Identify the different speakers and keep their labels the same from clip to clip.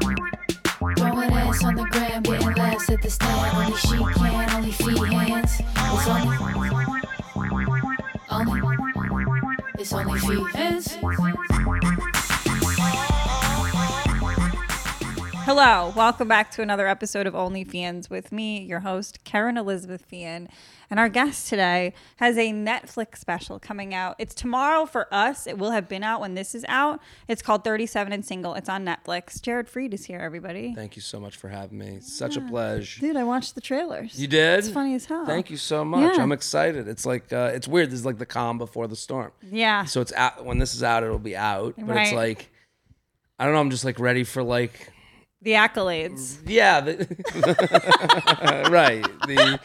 Speaker 1: Throwing ass on the gram, getting laughs at the stand. Only she can, only feet hands. It's only, only, it's only feet hands.
Speaker 2: Hello, welcome back to another episode of Only Fans with me, your host, Karen Elizabeth Fian. And our guest today has a Netflix special coming out. It's tomorrow for us. It will have been out when this is out. It's called 37 and Single. It's on Netflix. Jared Fried is here, everybody.
Speaker 3: Thank you so much for having me. It's such a pleasure.
Speaker 2: Dude, I watched the trailers.
Speaker 3: You did?
Speaker 2: It's funny as hell.
Speaker 3: Thank you so much.
Speaker 2: Yeah.
Speaker 3: I'm excited. It's like uh, it's weird. This is like the calm before the storm.
Speaker 2: Yeah.
Speaker 3: So it's out when this is out, it'll be out. But
Speaker 2: Right.
Speaker 3: it's like I don't know. I'm just like ready for like
Speaker 2: the accolades.
Speaker 3: yeah, the, right. The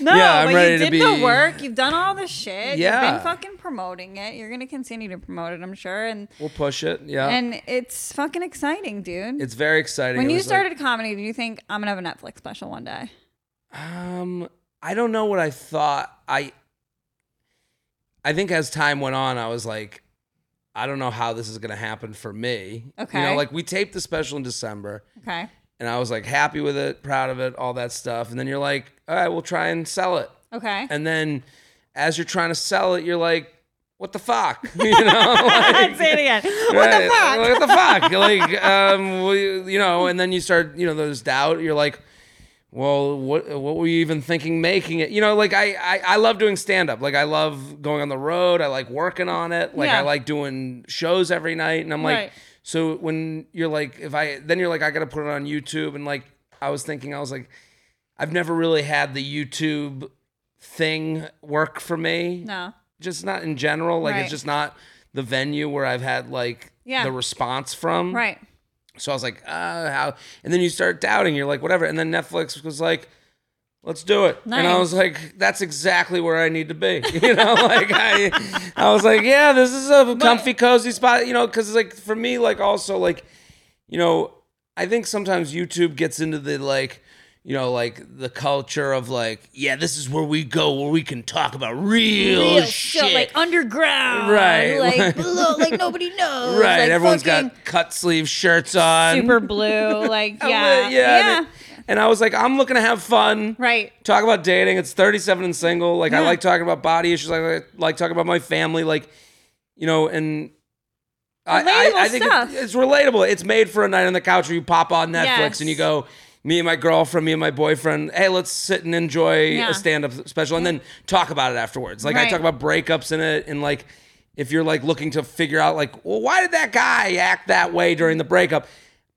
Speaker 2: No,
Speaker 3: Yeah, I'm
Speaker 2: but
Speaker 3: ready
Speaker 2: you
Speaker 3: to
Speaker 2: did the
Speaker 3: be-
Speaker 2: work. You've done all the shit. You've
Speaker 3: Yeah.
Speaker 2: been fucking promoting it. You're going to continue to promote it, I'm sure. And
Speaker 3: we'll push it. Yeah,
Speaker 2: and it's fucking exciting, dude.
Speaker 3: Uh, it's very exciting.
Speaker 2: When
Speaker 3: It
Speaker 2: you
Speaker 3: was, like,
Speaker 2: started comedy, did you think I'm gonna have a Netflix special one day?
Speaker 3: Um, I don't know what I thought. I I think as time went on, I was like, I don't know how this is gonna happen for me. You
Speaker 2: Okay.
Speaker 3: know, like we taped the special in December
Speaker 2: Okay.
Speaker 3: and I was like happy with it, proud of it, all that stuff. And then you're like, all right, we'll try and sell it.
Speaker 2: Okay.
Speaker 3: And then as you're trying to sell it, you're like, what the fuck? You know? Like,
Speaker 2: Say it again. What the
Speaker 3: Right.
Speaker 2: fuck?
Speaker 3: What the fuck? like, um, we- you know, and then you start, you know, there's doubt. You're like, well, what what were you even thinking making it? You know, like I I, I love doing stand up. Like I love going on the road. I like working on it. Like
Speaker 2: Yeah.
Speaker 3: I like doing shows every night. And I'm like,
Speaker 2: Right.
Speaker 3: so when you're like, if I then you're like, I got to put it on YouTube. And like I was thinking, I was like, I've never really had the YouTube thing work for me
Speaker 2: No.
Speaker 3: just not in general. Like
Speaker 2: Right.
Speaker 3: it's just not the venue where I've had like
Speaker 2: Yeah.
Speaker 3: the response from.
Speaker 2: Right.
Speaker 3: So I was like, uh, how? And then you start doubting. You're like, whatever. And then Netflix was like, let's do it. And I
Speaker 2: Nice.
Speaker 3: was like, that's exactly where I need to be. You know, like I, I was like, yeah, this is a comfy, cozy spot. You know, because like for me, like also like, you know, I think sometimes YouTube gets into the like. You know, like the culture of like, yeah, this is where we go, where we can talk about real,
Speaker 2: Real
Speaker 3: shit,
Speaker 2: shit, like underground.
Speaker 3: Right,
Speaker 2: Like
Speaker 3: like-
Speaker 2: below, like nobody knows.
Speaker 3: Right,
Speaker 2: Like,
Speaker 3: everyone's
Speaker 2: fucking
Speaker 3: got cut sleeve shirts on.
Speaker 2: super blue. Like
Speaker 3: I'm
Speaker 2: yeah.
Speaker 3: like,
Speaker 2: yeah.
Speaker 3: And, it- and I was like, I'm looking to have fun.
Speaker 2: Right.
Speaker 3: Talk about dating. It's 37 and single. Like I
Speaker 2: Yeah.
Speaker 3: like talking about body issues. I like, like talking about my family. Like, you know, and I, I,
Speaker 2: Relatable
Speaker 3: I think it-
Speaker 2: stuff.
Speaker 3: it's relatable. It's made for a night on the couch where you pop on Netflix
Speaker 2: Yes.
Speaker 3: and you go. Me and my girlfriend, me and my boyfriend. Hey, let's sit and enjoy
Speaker 2: Yeah.
Speaker 3: a stand-up special, and then talk about it afterwards. Like
Speaker 2: Right.
Speaker 3: I talk about breakups in it, and like if you're like looking to figure out, like, well, why did that guy act that way during the breakup?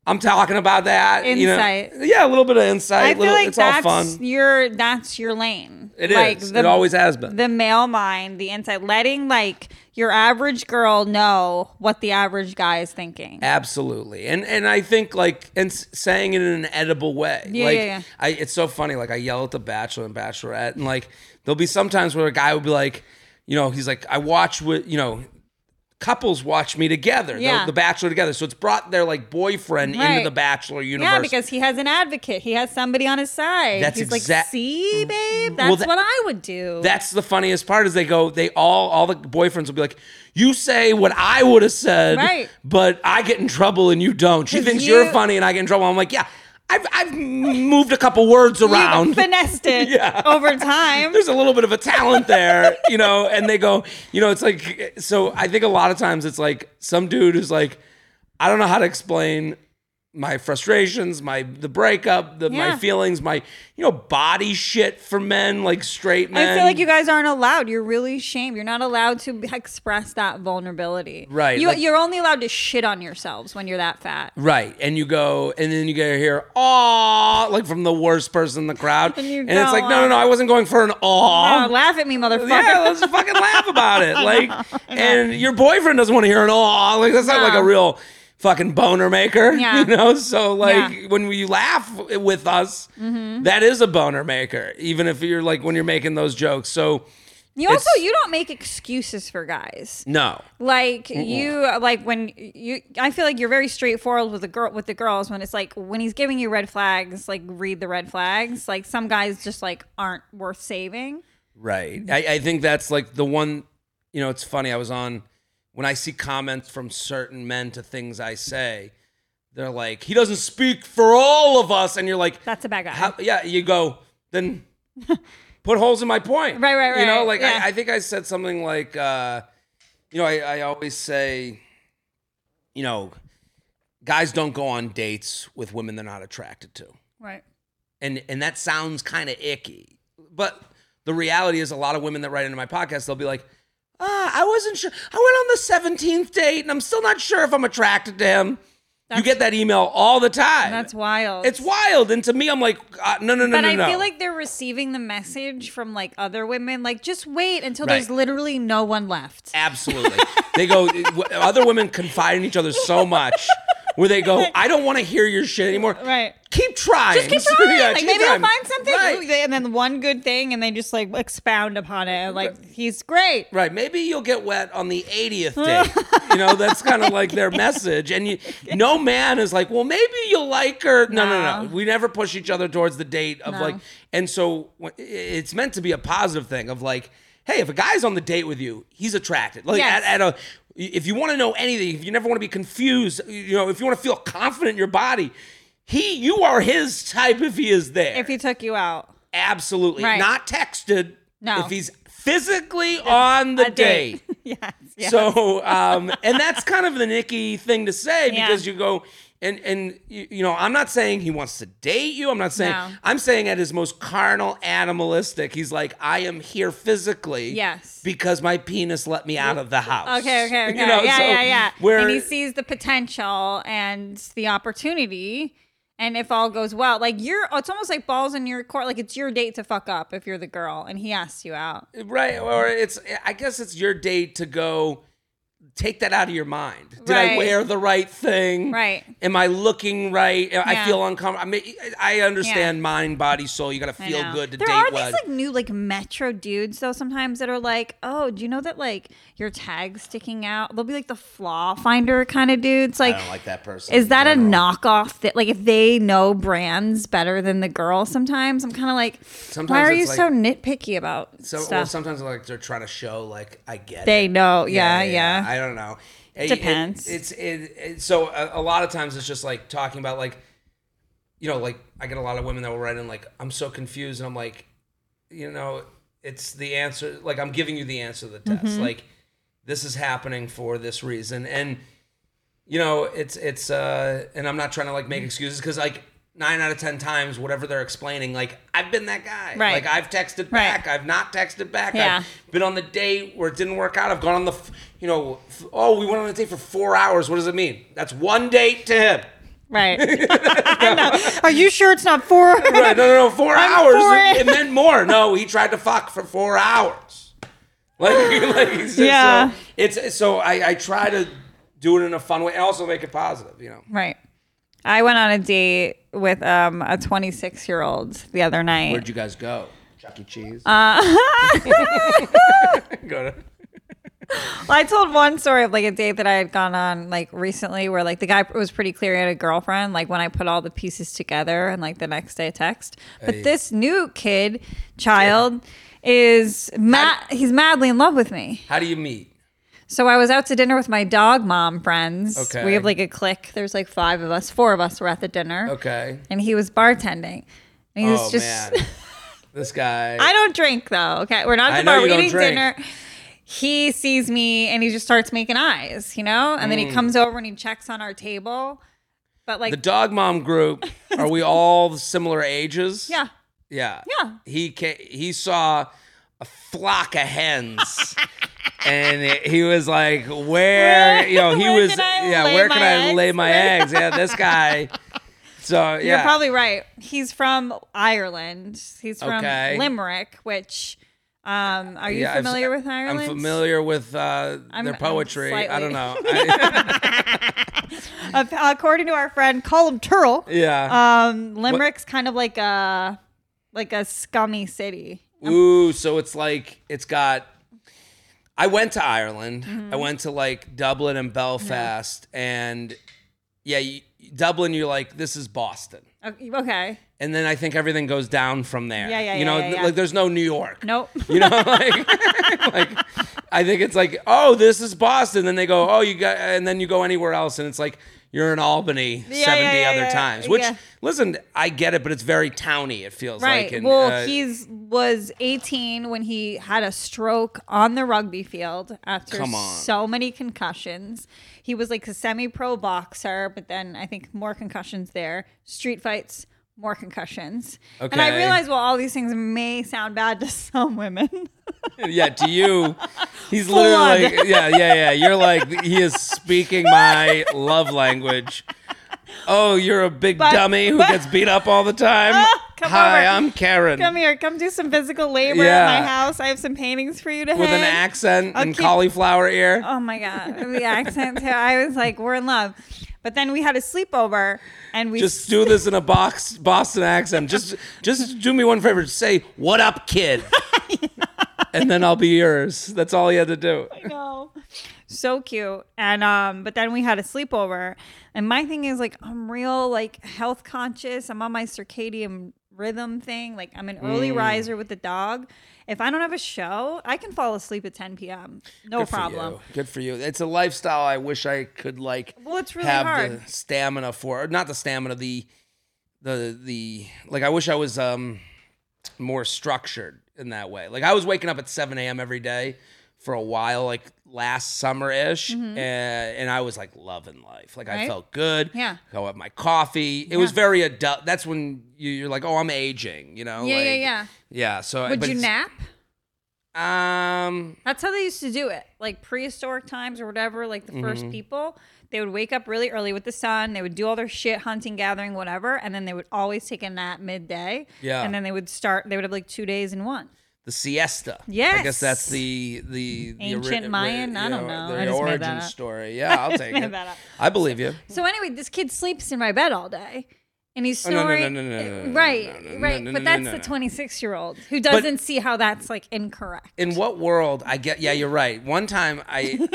Speaker 3: I'm talking about that. you know.
Speaker 2: Insight.
Speaker 3: yeah, a little bit of
Speaker 2: I
Speaker 3: insight.
Speaker 2: feel
Speaker 3: little,
Speaker 2: like
Speaker 3: it's all
Speaker 2: that's
Speaker 3: fun.
Speaker 2: your that's your lane.
Speaker 3: It
Speaker 2: It is. like
Speaker 3: is. It always has been.
Speaker 2: The male mind, the inside, letting like your average girl know what the average guy is thinking.
Speaker 3: Absolutely, and and I think like and s- saying it in an edible way.
Speaker 2: Yeah,
Speaker 3: like
Speaker 2: yeah, yeah.
Speaker 3: I, it's so funny. Like I yell at the Bachelor and Bachelorette, and like there'll be sometimes where a guy will be like, you know, he's like, I watch with you know, couples watch me together, the-
Speaker 2: Yeah.
Speaker 3: the, Bachelor together. So it's brought their like boyfriend
Speaker 2: Right.
Speaker 3: into the Bachelor universe.
Speaker 2: Yeah, because he has an advocate. He has somebody on his side.
Speaker 3: That's
Speaker 2: He's like,
Speaker 3: exact-
Speaker 2: see, babe, that's
Speaker 3: Well, that-
Speaker 2: what I would do.
Speaker 3: that's the funniest part is they go they all all the boyfriends will be like you say what i would have said
Speaker 2: Right.
Speaker 3: but i get in trouble and you don't she
Speaker 2: 'Cause
Speaker 3: thinks
Speaker 2: you-
Speaker 3: you, are funny and i get in trouble i'm like yeah i've, I've moved a couple words
Speaker 2: You
Speaker 3: around
Speaker 2: finessed it
Speaker 3: Yeah.
Speaker 2: over time.
Speaker 3: there's a little bit of a talent there you know and they go you know it's like so i think a lot of times it's like some dude who's like i don't know how to explain my frustrations, my the breakup, the,
Speaker 2: Yeah.
Speaker 3: my feelings, my you know body shit for men like straight men.
Speaker 2: I feel like you guys aren't allowed. You're really shamed. You're not allowed to b- express that vulnerability.
Speaker 3: Right,
Speaker 2: You,
Speaker 3: like-
Speaker 2: you're only allowed to shit on yourselves when you're that fat.
Speaker 3: Right. And you go, and then you get to hear, aw, like from the worst person in the crowd.
Speaker 2: And you
Speaker 3: it's
Speaker 2: go,
Speaker 3: like, no, no, no, I wasn't going for an aw.
Speaker 2: Oh, laugh at me, motherfucker.
Speaker 3: yeah, let's fucking laugh about it. Like, and your boyfriend doesn't want to hear an aw. Like, that's not
Speaker 2: No.
Speaker 3: like a real fucking boner maker.
Speaker 2: Yeah.
Speaker 3: You know? So, like,
Speaker 2: Yeah. Mm-hmm.
Speaker 3: when we laugh with us, that is a boner maker, even if you're like, when you're making those jokes. So,
Speaker 2: you also
Speaker 3: it's-
Speaker 2: you don't make excuses for guys.
Speaker 3: no.
Speaker 2: Like you like when you I feel like you're very straightforward with the girl with the girls when it's like when he's giving you red flags, like read the red flags. Like some guys just like aren't worth saving.
Speaker 3: Right. I, I think that's like the one, you know, it's funny. I was on when I see comments from certain men to things I say, they're like, he doesn't speak for all of us. And you're like,
Speaker 2: That's a bad guy.
Speaker 3: how, yeah, you go, then put holes in my point.
Speaker 2: Right, right,
Speaker 3: You know,
Speaker 2: right,
Speaker 3: like
Speaker 2: yeah.
Speaker 3: I, I think I said something like, uh, you know, I, I always say, you know, guys don't go on dates with women they're not attracted to
Speaker 2: right.
Speaker 3: and and that sounds kind of icky but the reality is a lot of women that write into my podcast they'll be like ah i wasn't sure i went on the 17th date and i'm still not sure if i'm attracted to him you get that email all the time
Speaker 2: That's wild.
Speaker 3: it's wild and to me i'm like uh, no no no
Speaker 2: But
Speaker 3: no
Speaker 2: I
Speaker 3: no
Speaker 2: feel like they're receiving the message from like other women, like just wait until
Speaker 3: Right.
Speaker 2: there's literally no one left.
Speaker 3: absolutely they go other women confide in each other so much where they go i don't want to hear your shit anymore
Speaker 2: Right.
Speaker 3: keep trying
Speaker 2: Just keep trying.
Speaker 3: Yeah,
Speaker 2: like
Speaker 3: keep
Speaker 2: maybe
Speaker 3: trying.
Speaker 2: they'll find something,
Speaker 3: Right.
Speaker 2: Ooh, they- and then one good thing, and they just like expound upon it. and, Like he's great.
Speaker 3: Right. Maybe you'll get wet on the 80th day. you know, that's kind of like their message. And you, no man is like, well, maybe you'll like her. No, no, no,
Speaker 2: No.
Speaker 3: We never push each other towards the date of
Speaker 2: No.
Speaker 3: like, and so wh- it's meant to be a positive thing of like, hey, if a guy's on the date with you, he's attracted. Like,
Speaker 2: Yes.
Speaker 3: at, at a, if you want to know anything, if you never want to be confused, you know, if you want to feel confident in your body, he, you are his type if he is there.
Speaker 2: If he took you out,
Speaker 3: Absolutely.
Speaker 2: Right.
Speaker 3: Not texted.
Speaker 2: No.
Speaker 3: If he's physically on the
Speaker 2: a date.
Speaker 3: date.
Speaker 2: yes. yes.
Speaker 3: So, um, and that's kind of the Nicky thing to say
Speaker 2: Yeah.
Speaker 3: because you go and and you, you know I'm not saying he wants to date you. I'm not saying
Speaker 2: No.
Speaker 3: I'm saying at his most carnal, animalistic. He's like, I am here physically,
Speaker 2: Yes.
Speaker 3: because my penis let me out of the house.
Speaker 2: Okay, okay, okay.
Speaker 3: You know,
Speaker 2: yeah,
Speaker 3: so
Speaker 2: yeah, yeah.
Speaker 3: Where
Speaker 2: and he sees the potential and the opportunity. And if all goes well, like you're, it's almost like balls in your court. Like it's your date to fuck up if you're the girl and he asks you out.
Speaker 3: right or
Speaker 2: Mm-hmm.
Speaker 3: it's i guess it's your date to go take that out of your mind did i
Speaker 2: Right.
Speaker 3: wear the right thing
Speaker 2: Right.
Speaker 3: am i looking right i
Speaker 2: Yeah.
Speaker 3: feel uncomfortable i mean i understand
Speaker 2: Yeah.
Speaker 3: mind body soul you gotta
Speaker 2: I
Speaker 3: feel
Speaker 2: know.
Speaker 3: good to
Speaker 2: there
Speaker 3: date
Speaker 2: are
Speaker 3: well
Speaker 2: these like new like metro dudes though sometimes that are like, oh, do you know that like your tag's sticking out? They'll be like the flaw finder kind of dudes. Like,
Speaker 3: i don't like that person
Speaker 2: is that a
Speaker 3: general.
Speaker 2: knockoff that like if they know brands better than the girl? Sometimes I'm kind of like, why
Speaker 3: Sometimes
Speaker 2: are
Speaker 3: it's
Speaker 2: you
Speaker 3: like-
Speaker 2: so nitpicky about
Speaker 3: so, well,
Speaker 2: stuff?
Speaker 3: sometimes like they're trying to show like i get it
Speaker 2: they know, yeah, yeah.
Speaker 3: I don't know. It
Speaker 2: Depends.
Speaker 3: It, it's it, it. So a, a lot of times it's just like talking about like, you know, like I get a lot of women that will write in like I'm so confused and I'm like, you know, it's the answer. Like I'm giving you the answer to the test.
Speaker 2: Mm-hmm.
Speaker 3: Like this is happening for this reason and. You know, it's it's uh and I'm not trying to like make excuses because like nine out of ten times, whatever they're explaining, like I've been that guy.
Speaker 2: Right.
Speaker 3: Like I've texted
Speaker 2: Right.
Speaker 3: back, I've not texted back.
Speaker 2: Yeah.
Speaker 3: I've been on the date where it didn't work out. I've gone on the, f- you know, f- oh, we went on a date for four hours. What does it mean? That's one date to him.
Speaker 2: Right. I know. Are you sure it's not four?
Speaker 3: Right? No, no, no, 4
Speaker 2: I'm
Speaker 3: hours.
Speaker 2: for
Speaker 3: it,
Speaker 2: it.
Speaker 3: it meant more. No, he tried to fuck for four hours. Like, like so- so
Speaker 2: Yeah.
Speaker 3: it's so I, I try to do it in a fun way and also make it positive. You know,
Speaker 2: Right. I went on a date with um, a 26 year old the other night.
Speaker 3: where'd you guys go? Chuck E. Cheese. Uh, go to.
Speaker 2: I told one story of like a date that I had gone on like recently where like the guy was pretty clear he had a girlfriend, like when I put all the pieces together and like the next day text. But
Speaker 3: Hey.
Speaker 2: this new kid, child, is mad, he's madly in love with me.
Speaker 3: How do you meet?
Speaker 2: So I was out to dinner with my dog mom friends.
Speaker 3: Okay.
Speaker 2: We have like a clique. There's like five of us, four of us were at the dinner.
Speaker 3: Okay.
Speaker 2: And he was bartending. And he was
Speaker 3: oh
Speaker 2: just.
Speaker 3: man, this guy.
Speaker 2: I don't drink though. Okay, we're not at
Speaker 3: I
Speaker 2: the
Speaker 3: know
Speaker 2: bar.
Speaker 3: you
Speaker 2: We're
Speaker 3: don't
Speaker 2: eating
Speaker 3: drink.
Speaker 2: dinner. He sees me and he just starts making eyes, you know. And then he comes over and he checks on our table, but like,
Speaker 3: Hmm. The dog mom group, are we all similar ages?
Speaker 2: yeah,
Speaker 3: Yeah.
Speaker 2: Yeah.
Speaker 3: He ca he saw a flock of hens. and he was like, "Where, you know, he
Speaker 2: Where
Speaker 3: was
Speaker 2: can I
Speaker 3: yeah,
Speaker 2: lay
Speaker 3: where can
Speaker 2: my
Speaker 3: I
Speaker 2: eggs?
Speaker 3: lay my eggs?" Yeah, this guy. So, yeah.
Speaker 2: you're probably right. He's from Ireland. He's from
Speaker 3: Okay.
Speaker 2: Limerick, which um, are you
Speaker 3: Yeah, I've-
Speaker 2: familiar with Ireland?
Speaker 3: I'm familiar with uh,
Speaker 2: I'm-
Speaker 3: their
Speaker 2: I'm
Speaker 3: poetry. I
Speaker 2: slightly-
Speaker 3: don't know. I-
Speaker 2: Uh, according to our friend Colum Turl,
Speaker 3: yeah.
Speaker 2: um, Limerick's kind of like a like a scummy city.
Speaker 3: Ooh, so it's like it's got. I went to Ireland.
Speaker 2: Mm-hmm.
Speaker 3: I went to like Dublin and Belfast, and yeah, you, Dublin. You're like, this is Boston,
Speaker 2: Okay,
Speaker 3: and then I think everything goes down from there.
Speaker 2: Yeah, yeah,
Speaker 3: You
Speaker 2: yeah,
Speaker 3: know,
Speaker 2: yeah, yeah.
Speaker 3: like there's no New York.
Speaker 2: nope.
Speaker 3: You know, like, like I think it's like, oh, this is Boston. Then they go, oh, you got, and then you go anywhere else, and it's like you're in Albany
Speaker 2: Yeah,
Speaker 3: seventy
Speaker 2: yeah, yeah,
Speaker 3: other
Speaker 2: yeah,
Speaker 3: times.
Speaker 2: yeah.
Speaker 3: Which, listen, I get it, but it's very towny. It feels
Speaker 2: Right.
Speaker 3: like. and,
Speaker 2: well,
Speaker 3: uh,
Speaker 2: he's was 18 when he had a stroke on the rugby field after
Speaker 3: Come on.
Speaker 2: so many concussions. He was like a semi-pro boxer, but then I think more concussions there. Street fights, more concussions. And I
Speaker 3: Okay.
Speaker 2: realize well all these things may sound bad to some women.
Speaker 3: yeah, to you, he's
Speaker 2: Full
Speaker 3: literally
Speaker 2: on.
Speaker 3: like, yeah, yeah, yeah. You're like, he is speaking my love language. Oh, you're a big
Speaker 2: But-
Speaker 3: dummy who
Speaker 2: but- Oh,
Speaker 3: gets beat up all the time.
Speaker 2: come
Speaker 3: Hi,
Speaker 2: over.
Speaker 3: I'm Karen
Speaker 2: come here, come do some physical labor
Speaker 3: Yeah.
Speaker 2: at my house. I have some paintings for you to
Speaker 3: with an
Speaker 2: hang.
Speaker 3: accent
Speaker 2: I'll
Speaker 3: and
Speaker 2: keep-
Speaker 3: cauliflower ear.
Speaker 2: Oh my god, the accent too. I was like, we're in love. But then we had a sleepover and we
Speaker 3: Just do this in a box Boston accent. Just just do me one favor. Just say, "What up, kid?" and then I'll be yours. That's all you had to do.
Speaker 2: know. So cute. And um, but then we had a sleepover. And my thing is like I'm real like health conscious. I'm on my circadian rhythm thing. Like I'm an
Speaker 3: Mm.
Speaker 2: early riser with the dog. If I don't have a show, I can fall asleep at 10 p.m. No
Speaker 3: Good for
Speaker 2: problem.
Speaker 3: you. Good for you. It's a lifestyle I wish I could like
Speaker 2: Well, it's really
Speaker 3: have
Speaker 2: hard.
Speaker 3: the stamina for. Or not the stamina, the the the like I wish I was um more structured in that way. Like I was waking up at 7 a.m. every day for a while, like last summer ish, and, and I was like loving life. Like I
Speaker 2: Mm-hmm. Right?
Speaker 3: felt good.
Speaker 2: Yeah.
Speaker 3: Go have my coffee. It was very adult. That's when you, you're like, oh, I'm aging. You know.
Speaker 2: Yeah,
Speaker 3: like,
Speaker 2: yeah, yeah.
Speaker 3: Yeah. So
Speaker 2: Would
Speaker 3: but
Speaker 2: you
Speaker 3: it's-
Speaker 2: nap?
Speaker 3: Um.
Speaker 2: That's how they used to do it. Like prehistoric times or whatever, like the first
Speaker 3: Mm-hmm.
Speaker 2: people, they would wake up really early with the sun. They would do all their shit, hunting, gathering, whatever. And then they would always take a nap midday.
Speaker 3: Yeah.
Speaker 2: And then they would start, they would have like two days in one.
Speaker 3: the siesta. I guess
Speaker 2: Yes.
Speaker 3: that's the the, the
Speaker 2: Ancient
Speaker 3: ori- ri-
Speaker 2: Mayan? I
Speaker 3: you
Speaker 2: don't know.
Speaker 3: the
Speaker 2: I just made
Speaker 3: origin
Speaker 2: that up.
Speaker 3: story. Yeah, I'll take
Speaker 2: made
Speaker 3: it.
Speaker 2: that up.
Speaker 3: I believe you.
Speaker 2: So anyway, this kid sleeps in my bed all day. And he's
Speaker 3: Oh, no, no, no,
Speaker 2: snoring.
Speaker 3: no, no, no, no, no,
Speaker 2: right,
Speaker 3: no, no,
Speaker 2: right.
Speaker 3: no,
Speaker 2: But
Speaker 3: no,
Speaker 2: that's
Speaker 3: no,
Speaker 2: the
Speaker 3: no.
Speaker 2: 26 year old who doesn't see how that's like incorrect.
Speaker 3: In what world? I get. Yeah, you're right. One time, I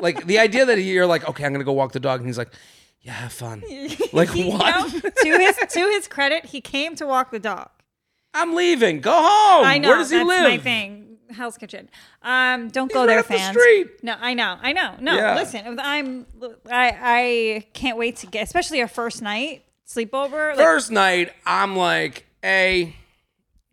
Speaker 3: like the idea that you're like, okay, I'm gonna go walk the dog, and he's like, yeah, have fun. Like
Speaker 2: He- you
Speaker 3: what?
Speaker 2: know, to his to his credit, he came to walk the dog.
Speaker 3: I'm leaving. Go home.
Speaker 2: I know.
Speaker 3: Where does he
Speaker 2: that's
Speaker 3: live?
Speaker 2: my thing. Hell's Kitchen. Um, don't go
Speaker 3: right
Speaker 2: there,
Speaker 3: up the
Speaker 2: fans.
Speaker 3: street.
Speaker 2: No, I know. I know. No,
Speaker 3: Yeah.
Speaker 2: listen. I'm. I I can't wait to get, especially our first night sleepover. like,
Speaker 3: First night, I'm like, hey,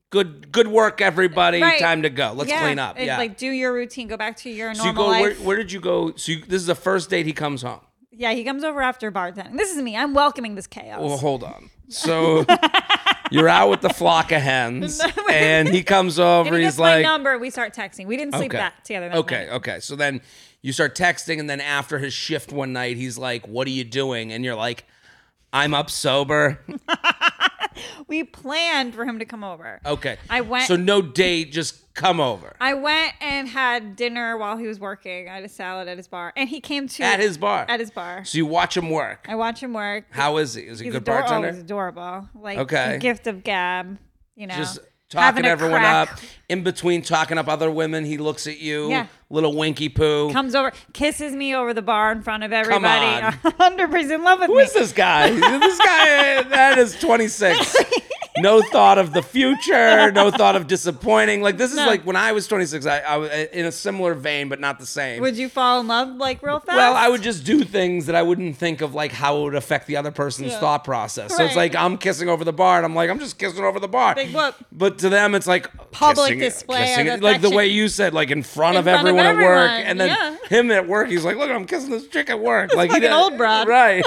Speaker 3: good good work, everybody.
Speaker 2: right.
Speaker 3: Time to go. Let's
Speaker 2: Yeah,
Speaker 3: clean up.
Speaker 2: it's
Speaker 3: Yeah.
Speaker 2: Like do your routine. Go back to your
Speaker 3: so you
Speaker 2: normal
Speaker 3: go. Where,
Speaker 2: life.
Speaker 3: where did you go? So you, this is the first date he comes home.
Speaker 2: yeah, he comes over after bartending. This is me. I'm welcoming this chaos.
Speaker 3: Well, hold on. So you're out with the flock of hens, and he comes over.
Speaker 2: and he
Speaker 3: he's
Speaker 2: gets
Speaker 3: like,
Speaker 2: my number. We start texting. We didn't sleep that together. That
Speaker 3: okay,
Speaker 2: night.
Speaker 3: okay. So then you start texting, and then after his shift one night, he's like, "What are you doing?" And you're like, "I'm up sober."
Speaker 2: We planned for him to come over.
Speaker 3: Okay.
Speaker 2: I went-
Speaker 3: So no date, just come over
Speaker 2: I went and had dinner while he was working. I had a salad at his bar, and he came to
Speaker 3: at his bar.
Speaker 2: At his bar.
Speaker 3: So you watch him work.
Speaker 2: I watch him work.
Speaker 3: How is he? Is he a
Speaker 2: he's
Speaker 3: good
Speaker 2: ador- oh,
Speaker 3: bartender?
Speaker 2: he's adorable. Like
Speaker 3: Okay.
Speaker 2: the gift of gab. You know,
Speaker 3: just
Speaker 2: having
Speaker 3: talking
Speaker 2: a
Speaker 3: everyone
Speaker 2: crack,
Speaker 3: up. In between talking up other women, he looks at you.
Speaker 2: Yeah.
Speaker 3: Little winky poo.
Speaker 2: Comes over, kisses me over the bar in front of everybody.
Speaker 3: on.
Speaker 2: Hundred percent in love with
Speaker 3: Who
Speaker 2: me.
Speaker 3: is this guy? this guy that is 26. No thought of the future. No thought of disappointing. Like this is like when I was 26. I, I was in a similar vein, but not the same.
Speaker 2: Would you fall in love like real fast?
Speaker 3: well, I would just do things that I wouldn't think of, like how it would affect the other person's
Speaker 2: Yeah.
Speaker 3: thought process. So it's
Speaker 2: Right.
Speaker 3: like I'm kissing over the bar, and I'm like, I'm just kissing over the bar.
Speaker 2: Big whoop.
Speaker 3: But to them, it's like
Speaker 2: Public
Speaker 3: kissing-
Speaker 2: display of
Speaker 3: kissing it- like the
Speaker 2: affection.
Speaker 3: way you said, like in front
Speaker 2: In
Speaker 3: of
Speaker 2: front of
Speaker 3: everyone at work,
Speaker 2: everyone,
Speaker 3: and then
Speaker 2: yeah.
Speaker 3: him at work, he's like, look, I'm kissing this chick at work. like
Speaker 2: fucking
Speaker 3: did-
Speaker 2: old broad.
Speaker 3: right?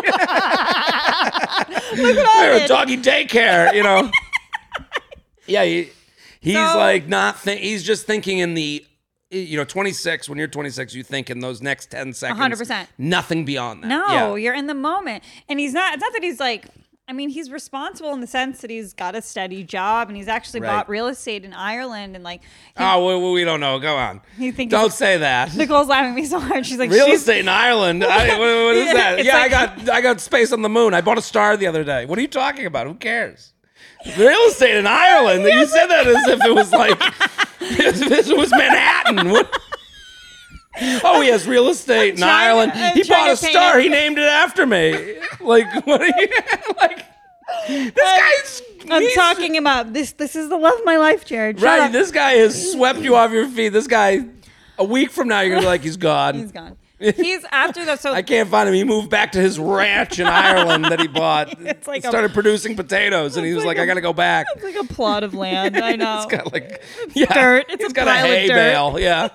Speaker 3: They're a
Speaker 2: it.
Speaker 3: doggy daycare, you know. yeah, he, he's
Speaker 2: So-
Speaker 3: like not. Th- he's just thinking in the, you know, 26. When you're 26, you think in those next 10 seconds.
Speaker 2: 100%.
Speaker 3: Nothing beyond that.
Speaker 2: No,
Speaker 3: Yeah.
Speaker 2: you're in the moment, and he's not. It's not that he's like. I mean, he's responsible in the sense that he's got a steady job, and he's actually
Speaker 3: Right.
Speaker 2: bought real estate in Ireland, and like he,
Speaker 3: Oh, well, well, we don't know. Go on.
Speaker 2: You think-
Speaker 3: don't say that.
Speaker 2: Nicole's laughing at me so hard. She's like,
Speaker 3: Real
Speaker 2: she's
Speaker 3: estate in Ireland. I, what- what is
Speaker 2: Yeah,
Speaker 3: that?
Speaker 2: it's
Speaker 3: Yeah,
Speaker 2: like-
Speaker 3: I got I got space on the moon. I bought a star the other day. What are you talking about? Who cares? Real estate in Ireland. You said that as if it was like this was Manhattan. What? Oh, he has real estate in
Speaker 2: trying-
Speaker 3: Ireland.
Speaker 2: I'm
Speaker 3: he
Speaker 2: trying
Speaker 3: bought a
Speaker 2: to paint
Speaker 3: star.
Speaker 2: it.
Speaker 3: He named it after me. Like what are you like? This guy's.
Speaker 2: I'm
Speaker 3: he's-
Speaker 2: talking him up. This this is the love of my life, Jared. Shut
Speaker 3: Right,
Speaker 2: up.
Speaker 3: this guy has swept you off your feet. This guy a week from now, you're gonna be like, he's gone.
Speaker 2: He's gone. He's after that. So
Speaker 3: I can't find him. He moved back to his ranch in Ireland that he bought.
Speaker 2: It's like
Speaker 3: He
Speaker 2: a-
Speaker 3: started producing potatoes, and he
Speaker 2: It's
Speaker 3: was
Speaker 2: like
Speaker 3: like, "I
Speaker 2: a-
Speaker 3: gotta go back."
Speaker 2: it's like a plot of land. I know.
Speaker 3: It's got like yeah,
Speaker 2: dirt. It's
Speaker 3: he's
Speaker 2: a
Speaker 3: got
Speaker 2: pile
Speaker 3: a
Speaker 2: of
Speaker 3: hay
Speaker 2: dirt.
Speaker 3: bale. Yeah.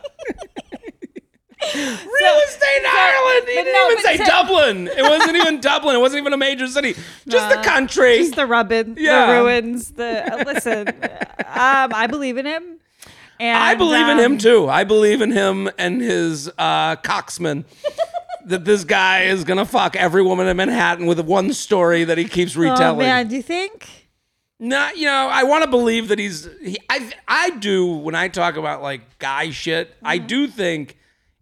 Speaker 3: Real estate in Ireland. He
Speaker 2: but
Speaker 3: didn't
Speaker 2: no,
Speaker 3: even
Speaker 2: but
Speaker 3: say
Speaker 2: to-
Speaker 3: Dublin. It wasn't even Dublin. It wasn't even a major city.
Speaker 2: Nah,
Speaker 3: Just the country.
Speaker 2: Just the rubbin,
Speaker 3: Yeah.
Speaker 2: the ruins, the uh, listen. um, I believe in him. And
Speaker 3: I believe in
Speaker 2: um,
Speaker 3: him too. I believe in him and his uh, coxman. that this guy is gonna fuck every woman in Manhattan with one story that he keeps
Speaker 2: Oh
Speaker 3: retelling.
Speaker 2: man, do you think?
Speaker 3: Not, you know, I want to believe that he's. He, I, I do when I talk about like guy shit. I
Speaker 2: Mm-hmm.
Speaker 3: do think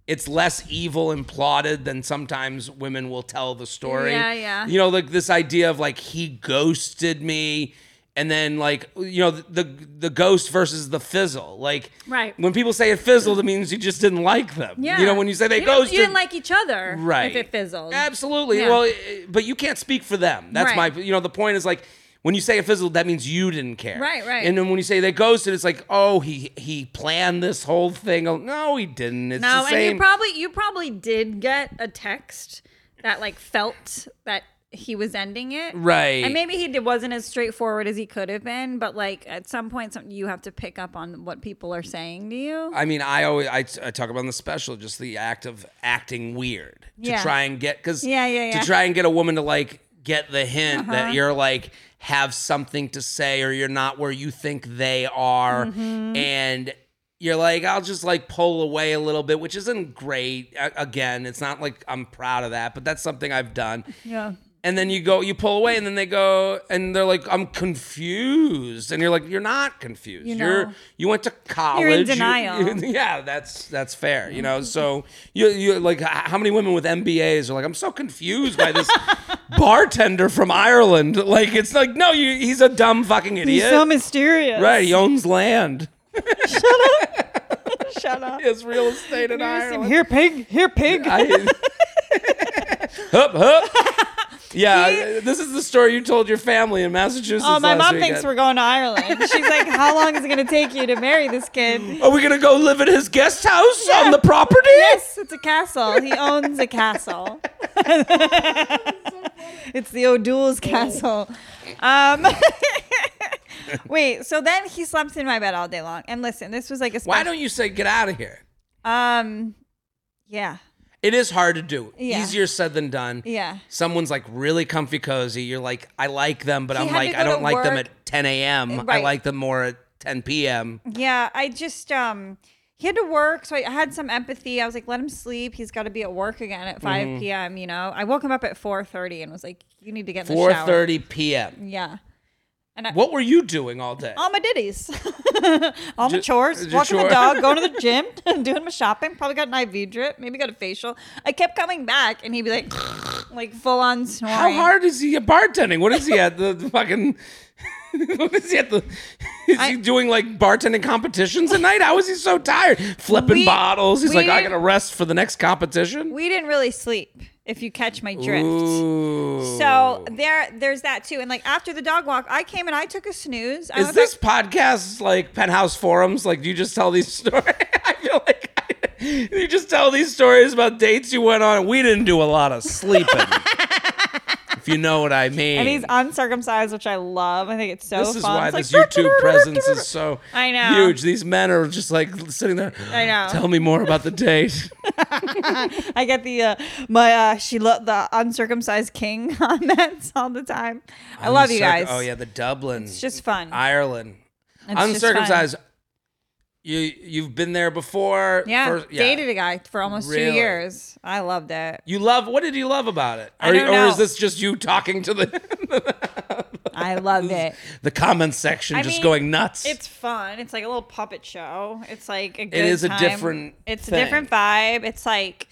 Speaker 3: it's less evil and plotted than sometimes women will tell the story.
Speaker 2: Yeah, yeah.
Speaker 3: You know, like this idea of like he ghosted me, and then like you know the the, the ghost versus the fizzle. Like
Speaker 2: Right.
Speaker 3: when people say it fizzled, it means you just didn't like them.
Speaker 2: Yeah.
Speaker 3: You know, when you say they
Speaker 2: you didn't-
Speaker 3: ghosted,
Speaker 2: you didn't like each other,
Speaker 3: right
Speaker 2: If it fizzled,
Speaker 3: absolutely
Speaker 2: Yeah.
Speaker 3: well eh, but you can't speak for them that's
Speaker 2: Right.
Speaker 3: my you know the point is like when you say it fizzled that means you didn't care
Speaker 2: Right, right.
Speaker 3: and then when you say they ghosted it's like oh he he planned this whole thing Oh, no he didn't it's
Speaker 2: No,
Speaker 3: the
Speaker 2: and
Speaker 3: same
Speaker 2: you probably you probably did get a text that like felt that he was ending it,
Speaker 3: Right.
Speaker 2: And maybe he did, wasn't as straightforward as he could have been, but like at some point, some, you have to pick up on what people are saying to you.
Speaker 3: I mean, I always I, I talk about in the special just the act of acting weird to
Speaker 2: Yeah.
Speaker 3: try and get because
Speaker 2: Yeah, yeah, yeah. Uh-huh.
Speaker 3: to try and get a woman to like get the hint that you're like have something to say or you're not where you think they are
Speaker 2: Mm-hmm.
Speaker 3: and you're like I'll just like pull away a little bit which isn't great A- again it's not like I'm proud of that but that's something I've done
Speaker 2: yeah.
Speaker 3: and then you go you pull away and then they go and they're like i'm confused and you're like you're not confused you
Speaker 2: know.
Speaker 3: are you went to college You-
Speaker 2: denial.
Speaker 3: yeah that's that's fair you know so you you like h- how many women with mbas are like i'm so confused by this bartender from ireland like it's like no you, he's a dumb fucking idiot
Speaker 2: mysterious.
Speaker 3: right he owns land
Speaker 2: Shut up.
Speaker 3: he has real estate in ireland
Speaker 2: Here, pig. Here, pig.
Speaker 3: I, hup, hup. Yeah, this is the story you told your family in Massachusetts.
Speaker 2: Oh, my
Speaker 3: last
Speaker 2: mom
Speaker 3: weekend.
Speaker 2: thinks we're going to Ireland. She's like, "How long is it going to take you to marry this kid?"
Speaker 3: Are we gonna go live at his guest house on
Speaker 2: Yeah.
Speaker 3: the property?
Speaker 2: Yes, it's a castle. He owns a castle. it's the O'Doul's castle. Um, wait, so then he slept in my bed all day long. And listen, this was like a
Speaker 3: Why don't you say get out of here?
Speaker 2: um, yeah,
Speaker 3: It is hard to do.
Speaker 2: Yeah.
Speaker 3: Easier said than done.
Speaker 2: yeah.
Speaker 3: Someone's like really comfy cozy. You're like, I like them, but I'm
Speaker 2: had
Speaker 3: like,
Speaker 2: to
Speaker 3: I
Speaker 2: go
Speaker 3: don't
Speaker 2: to
Speaker 3: like them
Speaker 2: work.
Speaker 3: at 10 a.m. I
Speaker 2: Right.
Speaker 3: like them more at 10 p.m.
Speaker 2: Yeah, I just um he had to work, so I had some empathy. I was like, let him sleep. He's got to be at work again at 5
Speaker 3: Mm-hmm.
Speaker 2: p.m. You know, I woke him up at 4:30 and was like, you need to get in the shower.
Speaker 3: 4:30 p.m.
Speaker 2: Yeah,
Speaker 3: What were you doing all day?
Speaker 2: all my ditties, all my
Speaker 3: Ju-
Speaker 2: chores,
Speaker 3: ju-
Speaker 2: walking
Speaker 3: chore.
Speaker 2: the dog, going to the gym, doing my shopping. Probably got an IV drip, maybe got a facial. I kept coming back, and he'd be like, like full on snoring.
Speaker 3: How hard is he at bartending? What is he at the, the fucking? what is he at the? Is
Speaker 2: I-
Speaker 3: he doing like bartending competitions at night? How is he so tired? Flipping
Speaker 2: We-
Speaker 3: bottles. He's
Speaker 2: we
Speaker 3: like, I
Speaker 2: didn't-
Speaker 3: gotta rest for the next competition.
Speaker 2: We didn't really sleep, if you catch my drift.
Speaker 3: Ooh.
Speaker 2: So there, there's that too. And like after the dog walk, I came and I took a snooze. I
Speaker 3: is
Speaker 2: went
Speaker 3: this
Speaker 2: back-
Speaker 3: podcast like penthouse forums? Like, do you just tell these stories? I feel like. You just tell these stories about dates you went on. We didn't do a lot of sleeping, if you know what I mean.
Speaker 2: and he's uncircumcised, which I love. I think it's so
Speaker 3: This is
Speaker 2: fun.
Speaker 3: why
Speaker 2: It's like-
Speaker 3: this YouTube presence is so
Speaker 2: I know.
Speaker 3: huge. These men are just like sitting there.
Speaker 2: I know.
Speaker 3: Tell me more about the date.
Speaker 2: I get the uh, my uh, she loved the uncircumcised king comments all the time. I love you
Speaker 3: Uncirc-
Speaker 2: guys.
Speaker 3: Oh yeah, the Dublin.
Speaker 2: It's just fun.
Speaker 3: Ireland.
Speaker 2: It's just
Speaker 3: Uncircumcised. You you've been there before.
Speaker 2: Yeah,
Speaker 3: First-
Speaker 2: dated a guy for almost two
Speaker 3: Really?
Speaker 2: years. I loved it.
Speaker 3: You love. What did you love about it?
Speaker 2: I
Speaker 3: Or-
Speaker 2: don't
Speaker 3: or
Speaker 2: know.
Speaker 3: is this just you talking to the
Speaker 2: I loved it.
Speaker 3: the comment section,
Speaker 2: I
Speaker 3: just
Speaker 2: mean,
Speaker 3: going nuts?
Speaker 2: It's fun. It's like a little puppet show. It's like a good
Speaker 3: is a
Speaker 2: time.
Speaker 3: different
Speaker 2: It's
Speaker 3: thing.
Speaker 2: a different vibe. It's like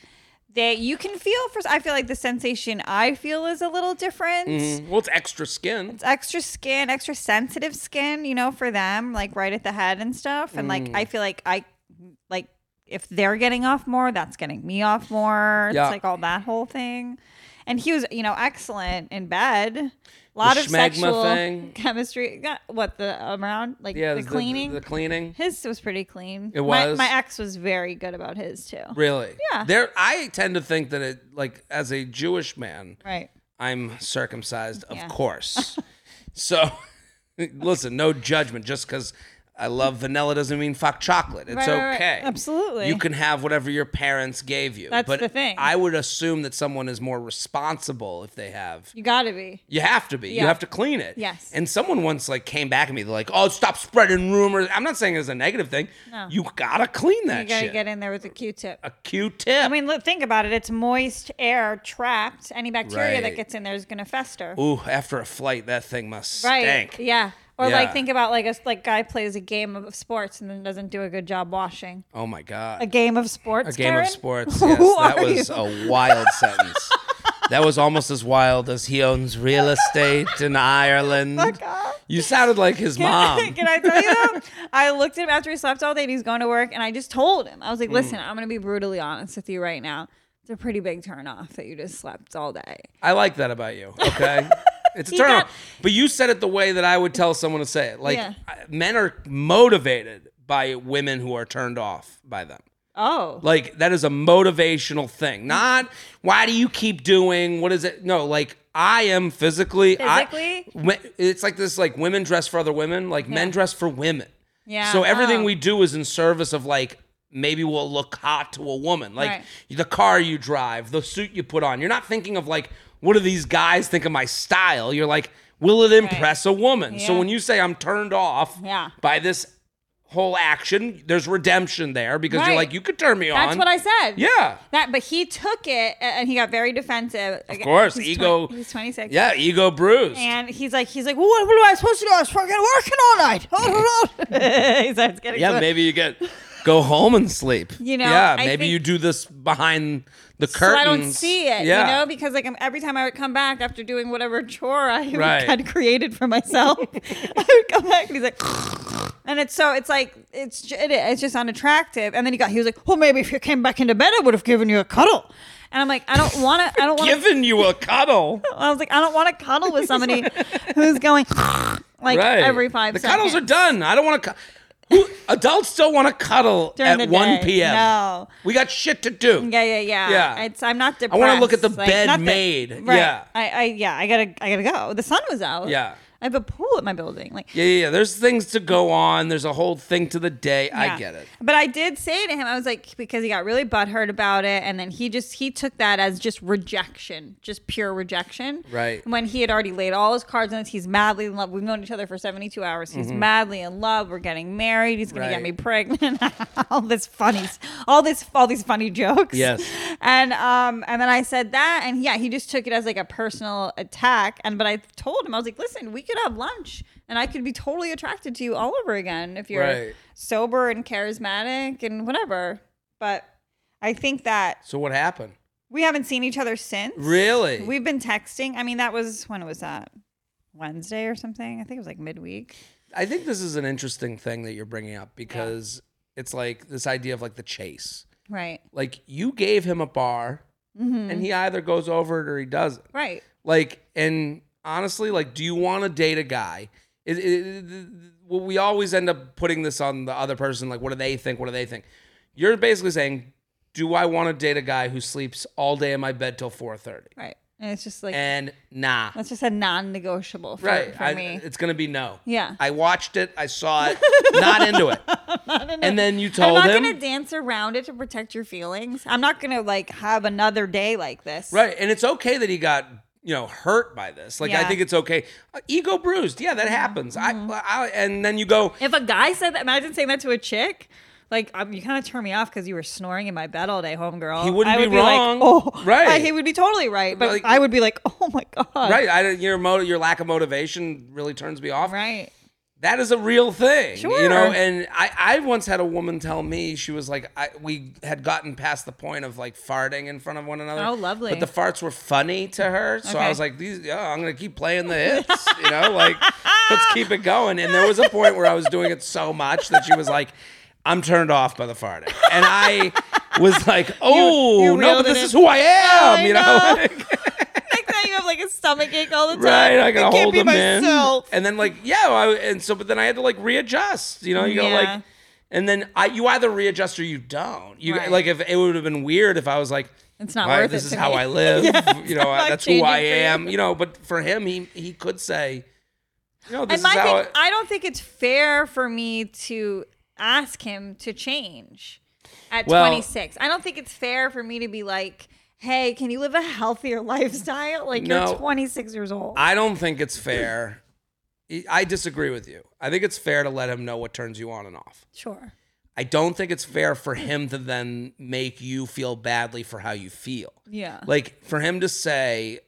Speaker 2: they you can feel for. I feel like the sensation I feel is a little different.
Speaker 3: well, it's extra skin.
Speaker 2: It's extra skin, extra
Speaker 3: Mm.
Speaker 2: sensitive skin, you know, for them, like right at the head and stuff. And like I feel like I like if they're getting off more, that's getting me off more.
Speaker 3: Yeah.
Speaker 2: It's like all that whole thing. And he was, you know, excellent in bed. A lot of
Speaker 3: schmegma
Speaker 2: sexual
Speaker 3: thing.
Speaker 2: chemistry. Yeah, What the um, around like
Speaker 3: Yeah,
Speaker 2: the cleaning.
Speaker 3: The, cleaning.
Speaker 2: his was pretty clean.
Speaker 3: It
Speaker 2: My-
Speaker 3: was?
Speaker 2: My, ex was very good about his too.
Speaker 3: Really?
Speaker 2: Yeah.
Speaker 3: There, I tend to think that it, like, as a Jewish man,
Speaker 2: Right.
Speaker 3: I'm circumcised, of
Speaker 2: Yeah.
Speaker 3: course. so, listen, no judgment. Just because I love vanilla doesn't mean fuck chocolate. It's
Speaker 2: Right, right, right.
Speaker 3: okay.
Speaker 2: Absolutely.
Speaker 3: You can have whatever your parents gave you.
Speaker 2: That's
Speaker 3: but
Speaker 2: the thing.
Speaker 3: I would assume that someone is more responsible if they have.
Speaker 2: You gotta be.
Speaker 3: You have to be. You
Speaker 2: Yeah.
Speaker 3: have to clean it.
Speaker 2: Yes.
Speaker 3: And someone once like came back at me. They're like, "Oh, stop spreading rumors." I'm not saying it's a negative thing.
Speaker 2: No.
Speaker 3: You gotta clean that
Speaker 2: You gotta
Speaker 3: shit.
Speaker 2: get in there with a Q-tip.
Speaker 3: a Q-tip.
Speaker 2: I mean, look, think about it. It's moist air trapped. Any bacteria
Speaker 3: Right.
Speaker 2: that gets in there is gonna fester.
Speaker 3: Ooh, after a flight, that thing must
Speaker 2: right.
Speaker 3: stink.
Speaker 2: Yeah. Or
Speaker 3: Yeah.
Speaker 2: like think about like a like guy plays a game of sports and then doesn't do a good job washing.
Speaker 3: Oh my god.
Speaker 2: A game of sports.
Speaker 3: A game
Speaker 2: Karen?
Speaker 3: of sports.
Speaker 2: Who
Speaker 3: Yes, that
Speaker 2: are
Speaker 3: was
Speaker 2: you? Oh
Speaker 3: a wild sentence. That was almost as wild as he owns real estate in Ireland.
Speaker 2: off.
Speaker 3: You sounded like his mom.
Speaker 2: Can I tell you though? I looked at him after he slept all day and he's going to work and I just told him. I was like,
Speaker 3: Hmm.
Speaker 2: listen, I'm gonna be brutally honest with you right now. It's a pretty big turn off that you just slept all day.
Speaker 3: I like that about you. Okay. It's a
Speaker 2: He
Speaker 3: turn
Speaker 2: got-
Speaker 3: off. But you said it the way that I would tell someone to say it. Like
Speaker 2: Yeah.
Speaker 3: I- men are motivated by women who are turned off by them.
Speaker 2: Oh.
Speaker 3: Like that is a motivational thing. Not why do you keep doing? What is it? No, like I am physically. I-
Speaker 2: Physically?
Speaker 3: we- it's like this. Like women dress for other women. Like men dress for women.
Speaker 2: Yeah.
Speaker 3: So everything
Speaker 2: Oh.
Speaker 3: we do is in service of like maybe we'll look hot to a woman. Like
Speaker 2: Right.
Speaker 3: the car you drive, the suit you put on. You're not thinking of like what do these guys think of my style. You're like, will it impress a woman? So
Speaker 2: Yeah.
Speaker 3: when you say I'm turned off
Speaker 2: Yeah.
Speaker 3: by this whole action, there's redemption there because you're
Speaker 2: Right.
Speaker 3: like you could turn me on.
Speaker 2: That's what I said.
Speaker 3: Yeah.
Speaker 2: That, but he took it a- and he got very defensive. Of
Speaker 3: course, ego-
Speaker 2: he's 26.
Speaker 3: Yeah, ego bruised.
Speaker 2: And he's like, he's like, what, what am I supposed to do? I was fucking working all night. Oh, no, no. he starts getting
Speaker 3: yeah,
Speaker 2: so-
Speaker 3: maybe you get go home and sleep.
Speaker 2: You know,
Speaker 3: yeah,
Speaker 2: I
Speaker 3: maybe
Speaker 2: think-
Speaker 3: you do this behind the
Speaker 2: So
Speaker 3: curtains.
Speaker 2: I don't see it,
Speaker 3: Yeah.
Speaker 2: you know, because like I'm- every time I would come back after doing whatever chore I
Speaker 3: Right.
Speaker 2: had created for myself, I would come back and he's like, and it's so it's like it's ju- it, it's just unattractive. And then he got he was like, well, maybe if you came back into bed, I would have given you a cuddle. And I'm like, I don't want to. I don't want to
Speaker 3: Giving you a cuddle.
Speaker 2: I was like, I don't want to cuddle with somebody who's going like
Speaker 3: right.
Speaker 2: every five
Speaker 3: The
Speaker 2: seconds.
Speaker 3: cuddles are done. I don't want to. Cu- Who, adults don't want to cuddle
Speaker 2: During
Speaker 3: at
Speaker 2: the
Speaker 3: 1
Speaker 2: day.
Speaker 3: p.m.
Speaker 2: No.
Speaker 3: We got shit to do.
Speaker 2: Yeah, yeah, yeah.
Speaker 3: Yeah.
Speaker 2: It's I'm not
Speaker 3: I
Speaker 2: depressed.
Speaker 3: wanna look at the bed
Speaker 2: not that-
Speaker 3: made.
Speaker 2: Right.
Speaker 3: Yeah.
Speaker 2: I, I yeah, I gotta I gotta go. The sun was out.
Speaker 3: Yeah.
Speaker 2: I have a pool at my building. Like
Speaker 3: Yeah, yeah, yeah. There's things to go on. There's a whole thing to the day. I
Speaker 2: yeah.
Speaker 3: get it.
Speaker 2: But I did say to him, I was like, because he got really butthurt about it, and then he just he took that as just rejection, just pure rejection.
Speaker 3: Right.
Speaker 2: When he had already laid all his cards on us, he's madly in love. We've known each other for seventy two hours. He's madly in love. We're getting married. He's gonna
Speaker 3: Mm-hmm. Right.
Speaker 2: get me pregnant. all this funny, all this all these funny jokes.
Speaker 3: Yes.
Speaker 2: And um and then I said that, and yeah, he just took it as like a personal attack. And but I told him I was like, listen, we could have lunch, and I could be totally attracted to you all over again if you're
Speaker 3: Right.
Speaker 2: sober and charismatic and whatever. But I think that
Speaker 3: So what happened?
Speaker 2: we haven't seen each other since.
Speaker 3: Really?
Speaker 2: We've been texting. I mean, that was when was that? Wednesday or something? I think it was like midweek.
Speaker 3: I think this is an interesting thing that you're bringing up because it's like this idea of like the chase.
Speaker 2: Right.
Speaker 3: Like you gave him a bar,
Speaker 2: Mm-hmm.
Speaker 3: and he either goes over it or he doesn't.
Speaker 2: Right.
Speaker 3: Like, and honestly, like, do you want to date a guy? It, it, it- well, we always end up putting this on the other person. Like, what do they think? What do they think? You're basically saying, do I want to date a guy who sleeps all day in my bed till 4:30?
Speaker 2: Right. And it's just like
Speaker 3: And nah,
Speaker 2: that's just a non-negotiable for,
Speaker 3: right?
Speaker 2: for
Speaker 3: I-
Speaker 2: me.
Speaker 3: It's gonna be no.
Speaker 2: Yeah.
Speaker 3: I watched it. I saw it. Not into it. and then you
Speaker 2: I'm
Speaker 3: told
Speaker 2: not
Speaker 3: him.
Speaker 2: gonna dance around it to protect your feelings. I'm not gonna like have another day like this.
Speaker 3: Right. And it's okay that he got, you know, hurt by this. Like, I
Speaker 2: Yeah. Mm-hmm.
Speaker 3: think it's okay. Uh, ego bruised. Yeah, that happens. I, I, and then you go,
Speaker 2: If a guy said that, imagine saying that to a chick. Like um, you kind of turn me off because you were snoring in my bed all day, homegirl.
Speaker 3: He wouldn't
Speaker 2: I
Speaker 3: be
Speaker 2: would like,
Speaker 3: wrong.
Speaker 2: oh,
Speaker 3: Right.
Speaker 2: I- he would be totally right, but
Speaker 3: Like-
Speaker 2: I would be like, oh my god.
Speaker 3: right. I, don't- your, motive, your lack of motivation really turns me off.
Speaker 2: Right.
Speaker 3: That is a real thing. You know,
Speaker 2: Sure.
Speaker 3: and I, I once had a woman tell me, she was like, I, we had gotten past the point of like farting in front of one another.
Speaker 2: Oh, lovely.
Speaker 3: But the farts were funny to her. So I
Speaker 2: Okay.
Speaker 3: was like, these, yeah, I'm going to keep playing the hits, you know, like, let's keep it going. And there was a point where I was doing it so much that she was like, I'm turned off by the farting. And I was like, oh,
Speaker 2: you
Speaker 3: no,
Speaker 2: reeled
Speaker 3: but
Speaker 2: it
Speaker 3: this is
Speaker 2: in.
Speaker 3: who I am,
Speaker 2: I
Speaker 3: you know?
Speaker 2: know.
Speaker 3: Like,
Speaker 2: Like that, you have like a stomach ache all the time.
Speaker 3: right. I gotta
Speaker 2: can't
Speaker 3: hold
Speaker 2: be
Speaker 3: them
Speaker 2: myself.
Speaker 3: in. And then, like, yeah, I, and so, but then I had to like readjust, you know? You gotta
Speaker 2: Yeah.
Speaker 3: like, and then I, you either readjust or you don't. You
Speaker 2: Right.
Speaker 3: like if it would have been weird if I was like,
Speaker 2: It's not
Speaker 3: "All right,
Speaker 2: worth
Speaker 3: this
Speaker 2: it
Speaker 3: is
Speaker 2: to
Speaker 3: how
Speaker 2: me."
Speaker 3: I live. you know,
Speaker 2: I'm not
Speaker 3: that's who I
Speaker 2: changing for you.
Speaker 3: am. You know, but for him, he he could say, you know, this
Speaker 2: and my
Speaker 3: is how.
Speaker 2: thing,
Speaker 3: I-
Speaker 2: I don't think it's fair for me to ask him to change at
Speaker 3: Well-
Speaker 2: 26. I don't think it's fair for me to be like, hey, can you live a healthier lifestyle? Like,
Speaker 3: No.
Speaker 2: you're 26 years old.
Speaker 3: I don't think it's fair. I disagree with you. I think it's fair to let him know what turns you on and off.
Speaker 2: sure.
Speaker 3: I don't think it's fair for him to then make you feel badly for how you feel.
Speaker 2: Yeah.
Speaker 3: Like for him to say,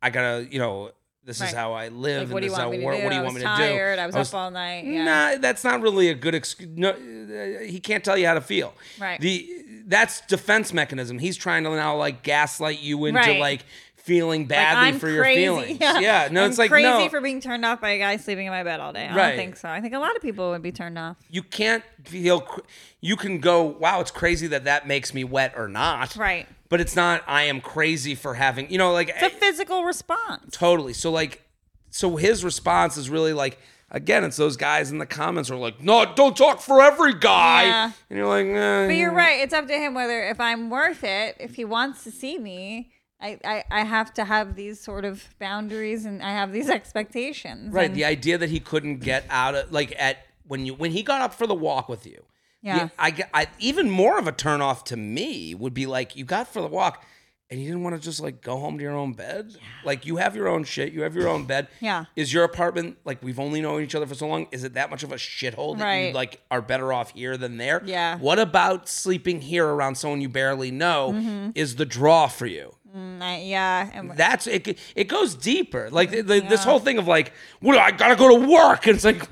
Speaker 3: I gotta, you know, this
Speaker 2: Right.
Speaker 3: is how I live
Speaker 2: Like,
Speaker 3: and
Speaker 2: what do you
Speaker 3: this is
Speaker 2: want
Speaker 3: how
Speaker 2: me
Speaker 3: I
Speaker 2: to do?
Speaker 3: work. What do you
Speaker 2: I
Speaker 3: want
Speaker 2: was
Speaker 3: me to do?
Speaker 2: tired. I was, up all night. Yeah.
Speaker 3: Nah, that's not really a good excuse. No, uh, he can't tell you how to feel.
Speaker 2: Right.
Speaker 3: The that's defense mechanism. He's trying to now like gaslight you into
Speaker 2: Right.
Speaker 3: like feeling
Speaker 2: Like,
Speaker 3: badly
Speaker 2: I'm
Speaker 3: for your
Speaker 2: crazy.
Speaker 3: feelings.
Speaker 2: Yeah.
Speaker 3: Yeah. No,
Speaker 2: I'm
Speaker 3: it's like
Speaker 2: crazy
Speaker 3: no.
Speaker 2: for being turned off by a guy sleeping in my bed all day. I don't
Speaker 3: Right.
Speaker 2: think so. I think a lot of people would be turned off.
Speaker 3: you can't feel. cr- You can go. Wow, it's crazy that that makes me wet or not.
Speaker 2: Right.
Speaker 3: But it's not. I am crazy for having. You know, like eh,
Speaker 2: It's a physical response.
Speaker 3: Totally. So like, so his response is really like, again, it's those guys in the comments who are like, no, don't talk for every guy.
Speaker 2: Yeah.
Speaker 3: And you're like, eh,
Speaker 2: But you're right. It's up to him whether if I'm worth it, if he wants to see me, I, I, I have to have these sort of boundaries and I have these expectations.
Speaker 3: Right.
Speaker 2: And
Speaker 3: The idea that he couldn't get out of like at when you when he got up for the walk with you.
Speaker 2: Yeah.
Speaker 3: I get I even more of a turnoff to me would be like you got for the walk and you didn't want to just like go home to your own bed. Like you have your own shit, you have your own bed.
Speaker 2: Yeah.
Speaker 3: Is your apartment like we've only known each other for so long? Is it that much of a shithole that you
Speaker 2: Right.
Speaker 3: like are better off here than there?
Speaker 2: Yeah.
Speaker 3: What about sleeping here around someone you barely know
Speaker 2: Mm-hmm.
Speaker 3: is the draw for you?
Speaker 2: mm, I- yeah. And
Speaker 3: That's it. It goes deeper. Like the, the, this whole thing of like, well, I gotta go to work. And it's like,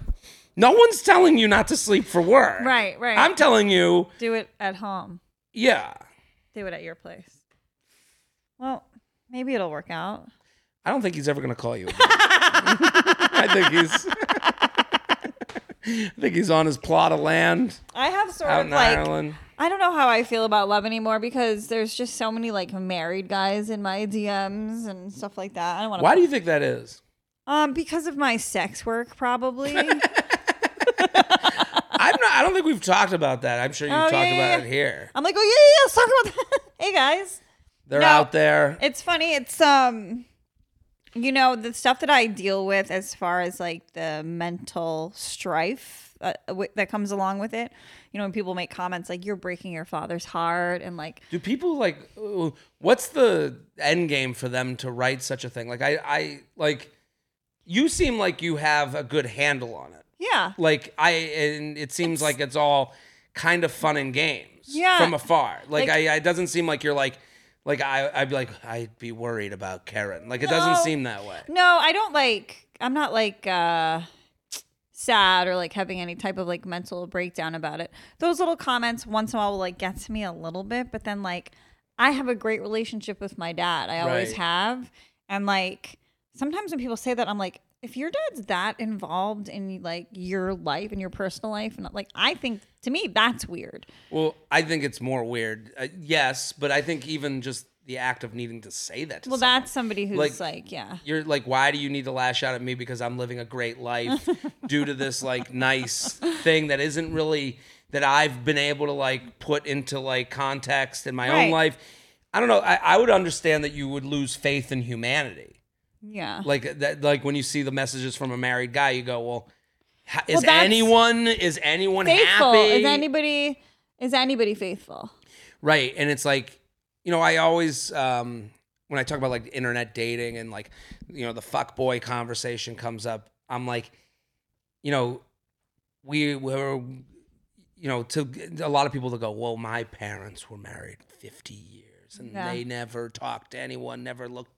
Speaker 3: no one's telling you not to sleep for work.
Speaker 2: Right, right.
Speaker 3: I'm telling you,
Speaker 2: do it at home.
Speaker 3: yeah.
Speaker 2: Do it at your place. Well, maybe it'll work out.
Speaker 3: I don't think he's ever gonna call you. Again. I think he's. I think he's on his plot of land
Speaker 2: I have sort
Speaker 3: out
Speaker 2: of
Speaker 3: in
Speaker 2: like
Speaker 3: Ireland.
Speaker 2: I don't know how I feel about love anymore because there's just so many like married guys in my DMs and stuff like that. I don't want to
Speaker 3: Why do you think that is?
Speaker 2: Um, because of my sex work, probably.
Speaker 3: I'm not. I don't think we've talked about that. I'm sure you've
Speaker 2: Oh,
Speaker 3: talked
Speaker 2: yeah,
Speaker 3: about
Speaker 2: yeah, yeah.
Speaker 3: it here.
Speaker 2: I'm like, oh yeah, yeah, yeah, let's talk about that. hey guys,
Speaker 3: They're
Speaker 2: No.
Speaker 3: out there.
Speaker 2: it's funny. It's um, you know, the stuff that I deal with as far as like the mental strife uh, w- that comes along with it. You know, when people make comments like "you're breaking your father's heart" and like,
Speaker 3: Do people like ooh, what's the end game for them to write such a thing? Like I I like you seem like you have a good handle on it.
Speaker 2: yeah,
Speaker 3: Like I and it seems like it's all kind of fun and games
Speaker 2: Yeah.
Speaker 3: from afar. Like,
Speaker 2: Like-
Speaker 3: I, I it doesn't seem like you're like like I I'd be like I'd be worried about Karen. Like it doesn't
Speaker 2: No.
Speaker 3: seem that way.
Speaker 2: No, I don't like. I'm not like uh, sad or like having any type of like mental breakdown about it. Those little comments once in a while will like get to me a little bit, but then like I have a great relationship with my dad. I always
Speaker 3: Right.
Speaker 2: have, and like sometimes when people say that, I'm like. If your dad's that involved in like your life and your personal life, and like I think to me that's weird.
Speaker 3: Well, I think it's more weird. Uh, yes, but I think even just the act of needing to say that to
Speaker 2: Well,
Speaker 3: someone.
Speaker 2: that's somebody who's
Speaker 3: Like-
Speaker 2: like, yeah,
Speaker 3: you're like, why do you need to lash out at me because I'm living a great life due to this like nice thing that isn't really that I've been able to like put into like context in my
Speaker 2: Right.
Speaker 3: own life. I don't know. I, I would understand that you would lose faith in humanity.
Speaker 2: yeah.
Speaker 3: Like that, like when you see the messages from a married guy, you go, well, ha- is
Speaker 2: that's-
Speaker 3: anyone is anyone
Speaker 2: faithful
Speaker 3: happy?
Speaker 2: is anybody is anybody faithful?
Speaker 3: Right. And it's like, you know, I always, um, when I talk about like internet dating and like, you know, the fuck boy conversation comes up, I'm like, you know, we were, you know, to a lot of people to go, well, my parents were married 50 years and
Speaker 2: Yeah.
Speaker 3: they never talked to anyone, never looked.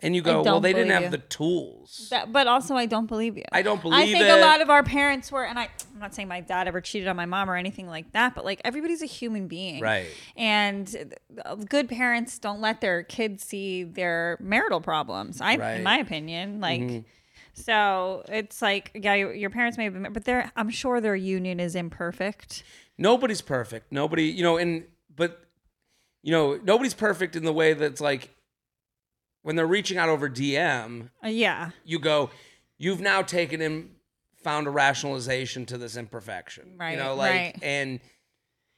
Speaker 3: And you go, well,
Speaker 2: don't
Speaker 3: they didn't
Speaker 2: believe
Speaker 3: have
Speaker 2: you.
Speaker 3: the tools.
Speaker 2: That, but also, I don't believe you.
Speaker 3: I don't
Speaker 2: I
Speaker 3: believe
Speaker 2: think
Speaker 3: it.
Speaker 2: a lot of our parents were, and I, I'm not saying my dad ever cheated on my mom or anything like that, but like everybody's a human being,
Speaker 3: Right.
Speaker 2: And uh, good parents don't let their kids see their marital problems. I,
Speaker 3: Right. Mm-hmm.
Speaker 2: in my opinion, like. So it's like, yeah, your, your parents may have been, but they're, I'm sure their union is imperfect.
Speaker 3: nobody's perfect. Nobody, you know, and but you know, nobody's perfect in the way that's like when they're reaching out over DM,
Speaker 2: Uh, yeah.
Speaker 3: you go, you've now taken him found a rationalization to this imperfection.
Speaker 2: Right,
Speaker 3: You know, like
Speaker 2: right.
Speaker 3: and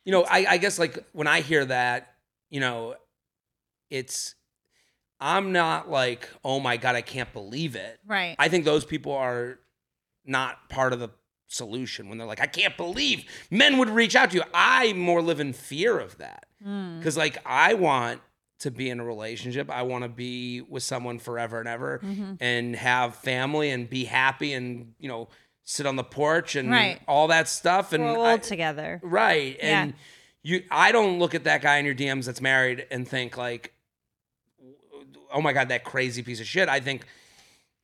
Speaker 3: you know, I, I guess like when I hear that, you know, it's I'm not like, oh my God, I can't believe it.
Speaker 2: Right.
Speaker 3: I think those people are not part of the solution when they're like, I can't believe men would reach out to you. I more live in fear of that.
Speaker 2: Mm.
Speaker 3: Because, like, I want to be in a relationship, I want to be with someone forever and ever
Speaker 2: Mm. Mm-hmm.
Speaker 3: and have family and be happy and, you know, sit on the porch and
Speaker 2: Right.
Speaker 3: all that stuff. And
Speaker 2: We're
Speaker 3: I-
Speaker 2: old together.
Speaker 3: Right.
Speaker 2: Yeah.
Speaker 3: And you I don't look at that guy in your DMs that's married and think like oh my god that crazy piece of shit. I think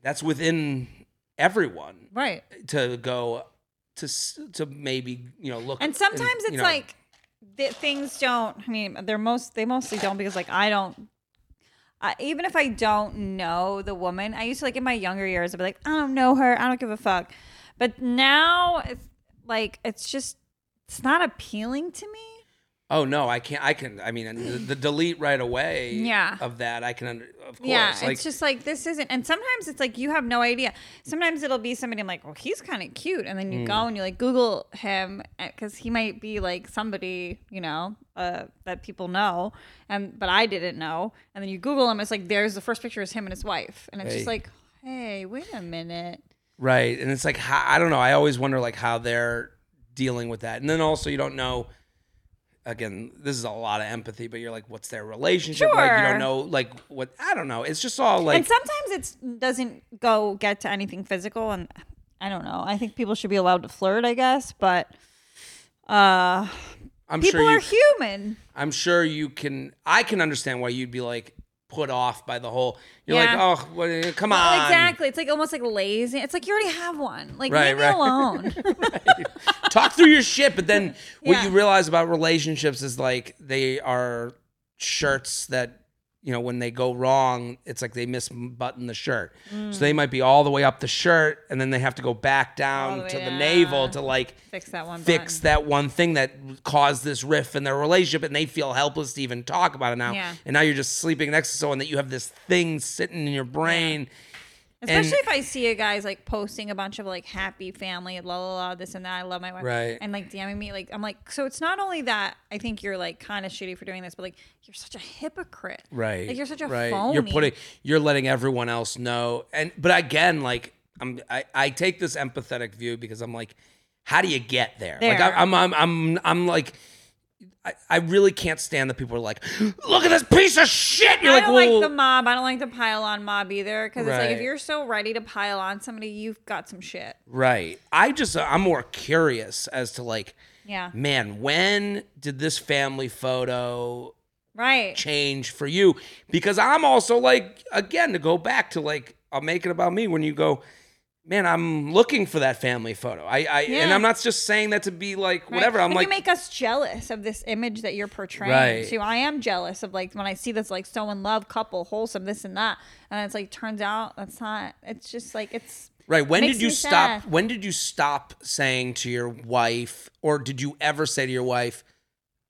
Speaker 3: that's within everyone
Speaker 2: Right.
Speaker 3: to go to s- to maybe, you know, look
Speaker 2: And sometimes
Speaker 3: you
Speaker 2: it's
Speaker 3: know,
Speaker 2: like th- things don't. I mean, they're most they mostly don't because like I don't. Uh, even if I don't know the woman, I used to like in my younger years, I'd be like, I don't know her, I don't give a fuck. But now it's like it's just it's not appealing to me.
Speaker 3: oh no, I can't I can I mean the, the delete right away
Speaker 2: Yeah.
Speaker 3: of that I can under, of course
Speaker 2: Yeah,
Speaker 3: like
Speaker 2: it's just like this isn't. And sometimes it's like you have no idea. Sometimes it'll be somebody I'm like, well, he's kind of cute, and then you
Speaker 3: Mm.
Speaker 2: go and you like Google him because he might be like somebody you know uh, that people know, and but I didn't know. And then you Google him, it's like there's the first picture is him and his wife, and it's
Speaker 3: Hey.
Speaker 2: just like, hey, wait a minute.
Speaker 3: Right. And it's like how, I don't know. I always wonder like how they're dealing with that. And then also you don't know again, this is a lot of empathy, but you're like what's their relationship like? You
Speaker 2: Sure.
Speaker 3: don't know like what I don't know. It's just all
Speaker 2: and
Speaker 3: like
Speaker 2: sometimes it doesn't go get to anything physical, and I don't know. I think people should be allowed to flirt, I guess, but uh,
Speaker 3: I'm
Speaker 2: people
Speaker 3: sure you
Speaker 2: are human.
Speaker 3: I'm sure you can I can understand why you'd be like put off by the whole you're
Speaker 2: Yeah.
Speaker 3: like, "Oh, what, come
Speaker 2: Well,
Speaker 3: on."
Speaker 2: exactly. It's like almost like lazy. It's like you already have one. Like
Speaker 3: Right,
Speaker 2: leave
Speaker 3: right.
Speaker 2: me alone.
Speaker 3: Talk through your shit, but then what
Speaker 2: Yeah.
Speaker 3: you realize about relationships is like they are shirts that you know when they go wrong, it's like they misbutton the shirt.
Speaker 2: Mm.
Speaker 3: So they might be all the way up the shirt, and then they have to go back down
Speaker 2: All the
Speaker 3: to
Speaker 2: way
Speaker 3: the
Speaker 2: down.
Speaker 3: navel to like
Speaker 2: Fix that one.
Speaker 3: fix
Speaker 2: button.
Speaker 3: that one thing that caused this rift in their relationship, and they feel helpless to even talk about it now.
Speaker 2: Yeah.
Speaker 3: And now you're just sleeping next to someone that you have this thing sitting in your brain.
Speaker 2: Especially if I see a guy's like posting a bunch of like happy family, la la la, this and that. I love my wife.
Speaker 3: Right.
Speaker 2: And like DMing me, like I'm like, so it's not only that I think you're like kind of shitty for doing this, but like you're such a hypocrite.
Speaker 3: Right.
Speaker 2: Like you're such a
Speaker 3: right.
Speaker 2: phony.
Speaker 3: You're putting you're letting everyone else know. And but again, like I'm I, I take this empathetic view because I'm like, how do you get there? Like
Speaker 2: There.
Speaker 3: I, I'm I'm I'm I'm like I, I really can't stand that people are like, look at this piece of shit. You're
Speaker 2: I
Speaker 3: like,
Speaker 2: don't
Speaker 3: "Whoa."
Speaker 2: like the mob. I don't like the pile on mob either. Because it's like if
Speaker 3: Right.
Speaker 2: you're so ready to pile on somebody, you've got some shit.
Speaker 3: right. I just I'm more curious as to like,
Speaker 2: Yeah.
Speaker 3: man, when did this family photo
Speaker 2: Right.
Speaker 3: change for you because I'm also like again to go back to like I'll make it about me when you go man I'm looking for that family photo I, I and
Speaker 2: Yeah.
Speaker 3: I'm not just saying that to be like whatever
Speaker 2: Right.
Speaker 3: I'm
Speaker 2: But
Speaker 3: like
Speaker 2: you make us jealous of this image that you're portraying
Speaker 3: Right.
Speaker 2: too. I am jealous of like when I see this like so in love couple, wholesome, this and that, and it's like turns out that's not. It's just like it's
Speaker 3: right when
Speaker 2: makes
Speaker 3: did you
Speaker 2: me
Speaker 3: stop
Speaker 2: sad.
Speaker 3: when did you stop saying to your wife or did you ever say to your wife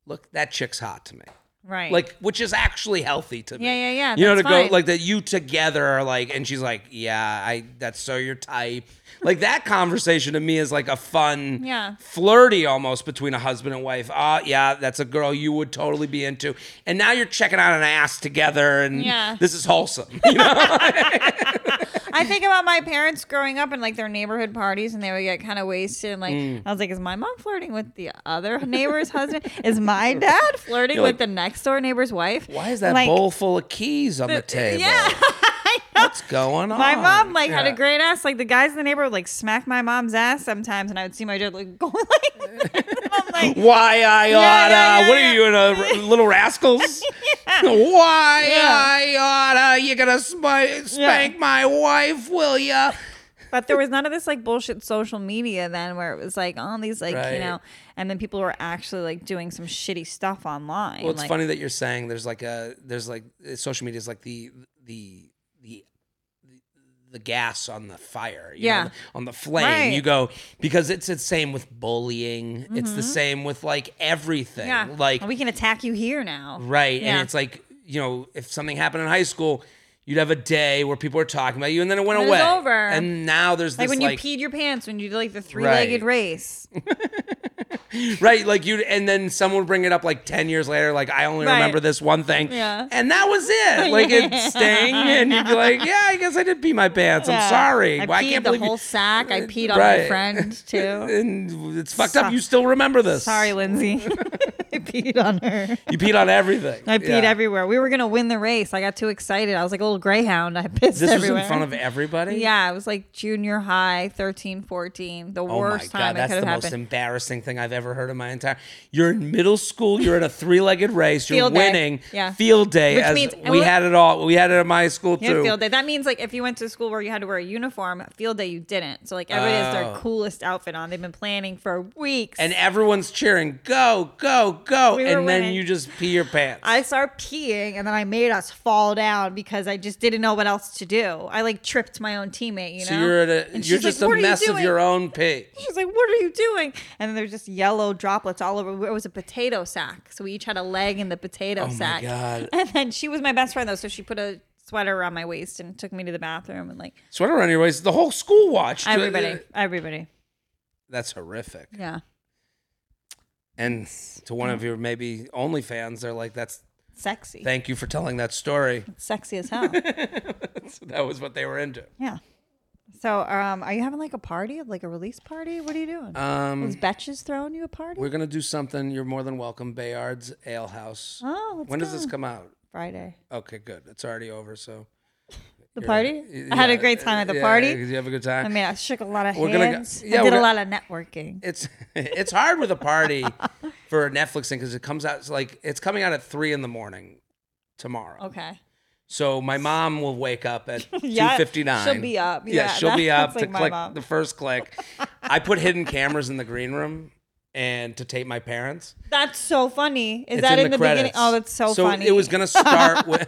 Speaker 3: look that chick's hot to me
Speaker 2: right.
Speaker 3: like which is actually healthy to me
Speaker 2: Yeah, yeah, yeah,
Speaker 3: you know to
Speaker 2: that's
Speaker 3: go
Speaker 2: fine.
Speaker 3: like that you together are like and she's like yeah i that's so your type like that conversation to me is like a fun
Speaker 2: Yeah.
Speaker 3: flirty almost between a husband and wife ah yeah that's a girl you would totally be into and now you're checking out an ass together and
Speaker 2: Yeah.
Speaker 3: this is wholesome you know
Speaker 2: I think about my parents growing up and like their neighborhood parties, and they would get kind of wasted. And like
Speaker 3: Mm.
Speaker 2: I was like, is my mom flirting with the other neighbor's husband? Is my dad flirting
Speaker 3: You're
Speaker 2: with
Speaker 3: like,
Speaker 2: the next door neighbor's wife?
Speaker 3: why is that
Speaker 2: Like,
Speaker 3: bowl full of keys on the table
Speaker 2: Yeah. I know.
Speaker 3: what's going on
Speaker 2: My mom like had
Speaker 3: Oh, Yeah.
Speaker 2: a great ass. Like the guys in the neighborhood like smack my mom's ass sometimes, and I would see my dad like going like. this. And I'm like,
Speaker 3: why I oughta.
Speaker 2: yeah, yeah,
Speaker 3: what
Speaker 2: yeah.
Speaker 3: are you in a r- Little Rascals? Why I oughta? You gonna sp- spank my wife, will ya?
Speaker 2: but there was none of this like bullshit social media then, where it was like all these like
Speaker 3: Right.
Speaker 2: you know, and then people were actually like doing some shitty stuff online.
Speaker 3: Well, it's
Speaker 2: like,
Speaker 3: funny that you're saying there's like a there's like uh, social media is like the the the the- the gas on the fire, you
Speaker 2: Yeah.
Speaker 3: know, on the flame.
Speaker 2: Right.
Speaker 3: You go because it's the same with bullying. It's the same with like everything.
Speaker 2: Yeah.
Speaker 3: Like
Speaker 2: we can attack you here now.
Speaker 3: Right.
Speaker 2: Yeah.
Speaker 3: And it's like, you know, if something happened in high school, you'd have a day where people were talking about you and then it went
Speaker 2: And it was
Speaker 3: away.
Speaker 2: over.
Speaker 3: And now there's
Speaker 2: Like
Speaker 3: this
Speaker 2: when
Speaker 3: like,
Speaker 2: you peed your pants when you did like the three legged
Speaker 3: Right.
Speaker 2: race.
Speaker 3: right, like you and then someone would bring it up like 10 years later like I only
Speaker 2: Right.
Speaker 3: remember this one thing.
Speaker 2: Yeah.
Speaker 3: And that was it. Like it sting and you'd be like, yeah, I guess I did pee my pants.
Speaker 2: Yeah.
Speaker 3: I'm sorry.
Speaker 2: I
Speaker 3: Well,
Speaker 2: peed
Speaker 3: can't
Speaker 2: the
Speaker 3: believe you-
Speaker 2: whole sack. I peed on my
Speaker 3: Right.
Speaker 2: friend too.
Speaker 3: and it's fucked
Speaker 2: Suck.
Speaker 3: up. You still remember this.
Speaker 2: Sorry, Lindsay. I peed on her.
Speaker 3: You peed on everything.
Speaker 2: I peed
Speaker 3: Yeah.
Speaker 2: everywhere. We were gonna win the race. I got too excited. I was like a little greyhound. I pissed
Speaker 3: This
Speaker 2: everywhere.
Speaker 3: was in front of everybody.
Speaker 2: Yeah, it was like junior high, 13, 14. The
Speaker 3: Oh my
Speaker 2: worst time
Speaker 3: god,
Speaker 2: it
Speaker 3: that's
Speaker 2: could have
Speaker 3: the most
Speaker 2: happened.
Speaker 3: embarrassing thing I've ever heard in my entire. You're in middle school. You're in a three-legged race. You're
Speaker 2: Field day.
Speaker 3: winning.
Speaker 2: Yeah.
Speaker 3: Field day.
Speaker 2: Which
Speaker 3: as
Speaker 2: means- and
Speaker 3: we
Speaker 2: what-
Speaker 3: had it all. We had it at my school
Speaker 2: You had
Speaker 3: too.
Speaker 2: field day. That means like if you went to a school where you had to wear a uniform, field day you didn't. So like everybody has their
Speaker 3: Oh.
Speaker 2: coolest outfit on. They've been planning for weeks.
Speaker 3: And everyone's cheering, go, go, go,
Speaker 2: We were
Speaker 3: and
Speaker 2: winning.
Speaker 3: then you just pee your pants.
Speaker 2: I started peeing and then I made us fall down because I just didn't know what else to do. I like tripped my own teammate, you know?
Speaker 3: so you're at a,
Speaker 2: And
Speaker 3: you're
Speaker 2: she's like,
Speaker 3: just
Speaker 2: "What are
Speaker 3: a
Speaker 2: you
Speaker 3: mess of
Speaker 2: doing?"
Speaker 3: your own pee.
Speaker 2: She's like, "What are you doing?" And then there's just yellow droplets all over. It was a potato sack, so we each had a leg in the potato
Speaker 3: Oh my
Speaker 2: sack.
Speaker 3: God.
Speaker 2: And then she was my best friend though, so she put a sweater around my waist and took me to the bathroom and like
Speaker 3: Sweater around your waist. The whole school watched.
Speaker 2: everybody, everybody,
Speaker 3: That's horrific.
Speaker 2: yeah,
Speaker 3: And to one of your maybe only fans, they're like, "That's
Speaker 2: sexy,
Speaker 3: thank you for telling that story."
Speaker 2: sexy as hell,
Speaker 3: that was what they were into.
Speaker 2: yeah. So, um, are you having like a party, like a release party? What are you doing?
Speaker 3: Um,
Speaker 2: Is Betches throwing you a party?
Speaker 3: We're gonna do something. You're more than welcome, Bayard's Ale House.
Speaker 2: Oh, let's
Speaker 3: when does
Speaker 2: go.
Speaker 3: this come out?
Speaker 2: Friday?
Speaker 3: Okay, good. It's already over. So
Speaker 2: The
Speaker 3: you're-
Speaker 2: party?
Speaker 3: y-
Speaker 2: I had a
Speaker 3: yeah,
Speaker 2: great time at the
Speaker 3: yeah,
Speaker 2: party.
Speaker 3: Did you have a good
Speaker 2: I
Speaker 3: time?
Speaker 2: mean, I shook a lot of
Speaker 3: We're gonna go-
Speaker 2: hands.
Speaker 3: yeah,
Speaker 2: I
Speaker 3: we're
Speaker 2: did a
Speaker 3: gonna-
Speaker 2: lot of networking.
Speaker 3: it's it's hard with a party for Netflixing because it comes out it's like it's coming out at three in the morning tomorrow.
Speaker 2: Okay.
Speaker 3: So my mom will wake up at
Speaker 2: Yeah,
Speaker 3: two fifty nine.
Speaker 2: she'll be up.
Speaker 3: Yeah,
Speaker 2: Yeah,
Speaker 3: she'll be
Speaker 2: that's
Speaker 3: up
Speaker 2: like
Speaker 3: to
Speaker 2: my
Speaker 3: click
Speaker 2: mom.
Speaker 3: the first click. I put hidden cameras in the green room and to tape my parents.
Speaker 2: That's so funny. Is that in, the, beginning?
Speaker 3: credits.
Speaker 2: Oh, that's so, funny.
Speaker 3: It was gonna start with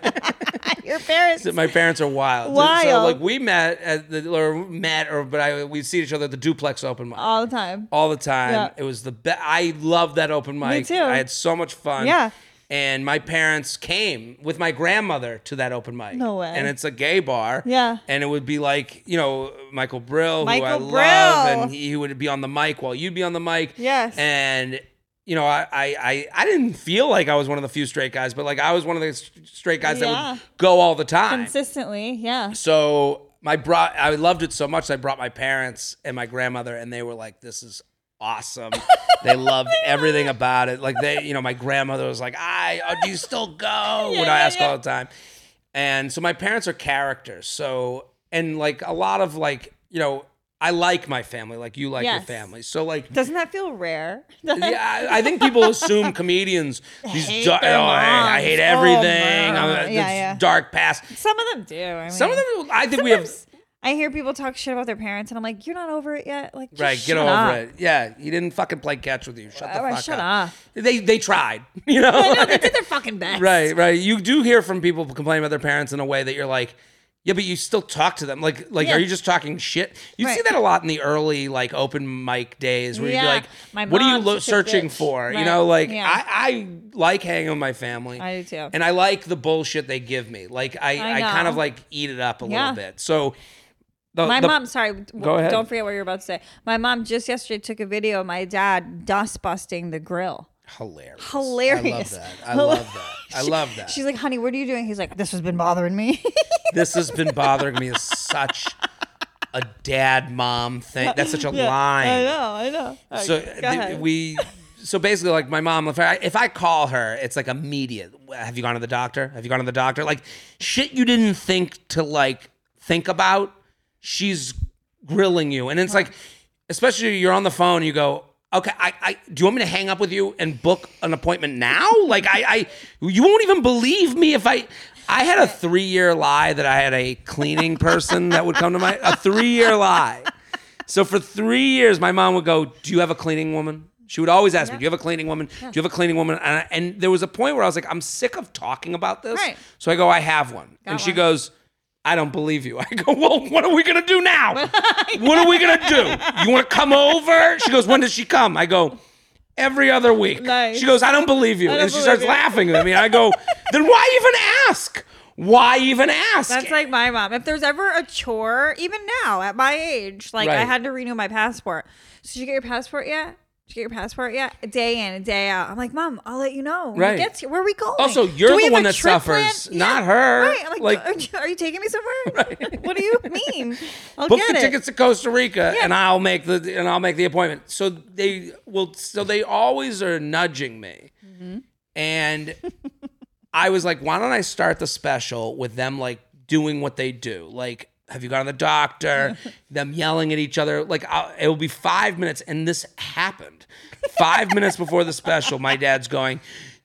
Speaker 2: your parents.
Speaker 3: that my parents are wild. So
Speaker 2: Wild.
Speaker 3: like we met at the or met or but I we see each other at the duplex open mic
Speaker 2: all the time.
Speaker 3: all the time.
Speaker 2: Oh. Yeah.
Speaker 3: It was the best. I loved that open mic.
Speaker 2: too.
Speaker 3: I had so much fun.
Speaker 2: Yeah.
Speaker 3: And my parents came with my grandmother to that open mic.
Speaker 2: No way.
Speaker 3: And it's a gay bar.
Speaker 2: Yeah.
Speaker 3: And it would be like, you know, Michael Brill, who I
Speaker 2: Michael
Speaker 3: love,
Speaker 2: Brill.
Speaker 3: and he would be on the mic while you'd be on the mic.
Speaker 2: Yes.
Speaker 3: And you know, I, I, I, I didn't feel like I was one of the few straight guys, but like I was one of the s- straight guys that
Speaker 2: Yeah.
Speaker 3: would go all the time.
Speaker 2: Consistently, yeah.
Speaker 3: So my brought I loved it so much that I brought my parents and my grandmother and they were like, This is awesome. they loved everything about it. Like they, you know, my grandmother was like, I oh, do you still go? when I
Speaker 2: yeah,
Speaker 3: ask all the time. And so my parents are characters. So and like a lot of like, you know, I like my family, like you like your
Speaker 2: Yes.
Speaker 3: family. So like
Speaker 2: Doesn't that feel rare?
Speaker 3: yeah, I, I think people assume comedians these
Speaker 2: hate
Speaker 3: dark,
Speaker 2: their
Speaker 3: oh, I, I
Speaker 2: moms.
Speaker 3: hate
Speaker 2: Oh,
Speaker 3: everything.
Speaker 2: man.
Speaker 3: I'm-
Speaker 2: Yeah,
Speaker 3: it's
Speaker 2: yeah. Oh,
Speaker 3: Dark past.
Speaker 2: Some of them do. I mean,
Speaker 3: Some of them, I think we have
Speaker 2: sometimes I hear people talk shit about their parents, and I'm like, you're not over it yet. Like, just
Speaker 3: Right, get
Speaker 2: shut
Speaker 3: over
Speaker 2: up.
Speaker 3: it. Yeah, he didn't fucking play catch with you. Shut the
Speaker 2: Alright,
Speaker 3: fuck
Speaker 2: shut
Speaker 3: up.
Speaker 2: up.
Speaker 3: They they tried, you know.
Speaker 2: No, they did their fucking best.
Speaker 3: right, right. You do hear from people complaining about their parents in a way that you're like, yeah, but you still talk to them. Like like
Speaker 2: Yeah.
Speaker 3: are you just talking shit? You see
Speaker 2: Right.
Speaker 3: that a lot in the early like open mic days where you'd be
Speaker 2: Yeah,
Speaker 3: like,
Speaker 2: my
Speaker 3: what are you
Speaker 2: mom's
Speaker 3: lo-
Speaker 2: just a
Speaker 3: searching
Speaker 2: bitch.
Speaker 3: for? You
Speaker 2: Right,
Speaker 3: know, like
Speaker 2: yeah.
Speaker 3: I I like hanging with my family.
Speaker 2: I do too.
Speaker 3: And I like the bullshit they give me. Like I
Speaker 2: I
Speaker 3: I, kind
Speaker 2: know.
Speaker 3: of like eat it up a
Speaker 2: Yeah.
Speaker 3: little bit. So the,
Speaker 2: My
Speaker 3: the-
Speaker 2: mom, sorry, w-
Speaker 3: Go ahead.
Speaker 2: don't forget what you're about to say. My mom just yesterday took a video of my dad dust busting the grill.
Speaker 3: hilarious. I love
Speaker 2: Hilarious.
Speaker 3: that. I love that. I love that.
Speaker 2: She's like, honey, what are you doing? He's like, this has been bothering me.
Speaker 3: this has been bothering me is such a dad mom thing. That's such a line.
Speaker 2: I know, I know. All right,
Speaker 3: So
Speaker 2: go
Speaker 3: th-
Speaker 2: ahead.
Speaker 3: we. So basically, like my mom, if I, if I call her, it's like immediate. Have you gone to the doctor? Have you gone to the doctor? Like shit you didn't think to like think about. She's grilling you, and it's like, especially you're on the phone. You go, okay, I, I do you want me to hang up with you and book an appointment now? Like I, I you won't even believe me if I. I had a three year lie that I had a cleaning person that would come to my a three year lie. So for three years, my mom would go, "Do you have a cleaning woman?" She would always ask me, "Do you have a cleaning woman? Do you have a cleaning woman?" And, I, and there was a point where I was like, "I'm sick of talking about this."
Speaker 2: Right.
Speaker 3: So I go, "I have one,"
Speaker 2: Got
Speaker 3: and she
Speaker 2: one.
Speaker 3: goes, I don't believe you. I go, well, what are we gonna do now? what are we gonna do? You want to come over? She goes, when does she come? I go. Every other week.
Speaker 2: Nice.
Speaker 3: She goes, I don't believe you.
Speaker 2: don't
Speaker 3: And she
Speaker 2: believe
Speaker 3: starts
Speaker 2: you.
Speaker 3: laughing at me. And I go, then why even ask? Why even ask?
Speaker 2: That's like my mom. If there's ever a chore, even now at my age, like I
Speaker 3: Right.
Speaker 2: had to renew my passport. So did you get your passport yet? Did you get your passport yet? Day in and day out. I'm like, Mom, I'll let you know. When
Speaker 3: Right.
Speaker 2: it gets here. Where are we going?
Speaker 3: Also,
Speaker 2: Do
Speaker 3: you're
Speaker 2: we
Speaker 3: the
Speaker 2: have
Speaker 3: one
Speaker 2: a
Speaker 3: that
Speaker 2: trip
Speaker 3: suffers,
Speaker 2: planned?"
Speaker 3: not her.
Speaker 2: Right. I'm like,
Speaker 3: Like-
Speaker 2: "Are you- are you taking me somewhere? what do you mean? I'll
Speaker 3: book
Speaker 2: get
Speaker 3: the
Speaker 2: it.
Speaker 3: tickets to Costa Rica
Speaker 2: Yeah.
Speaker 3: and I'll make the and I'll make the appointment. So they will so they always are nudging me.
Speaker 2: Mm-hmm.
Speaker 3: And I was like, why don't I start the special with them like doing what they do? Like, have you gone to the doctor? them yelling at each other. Like, I'll, it will be five minutes, and this happened five minutes before the special. My dad's going.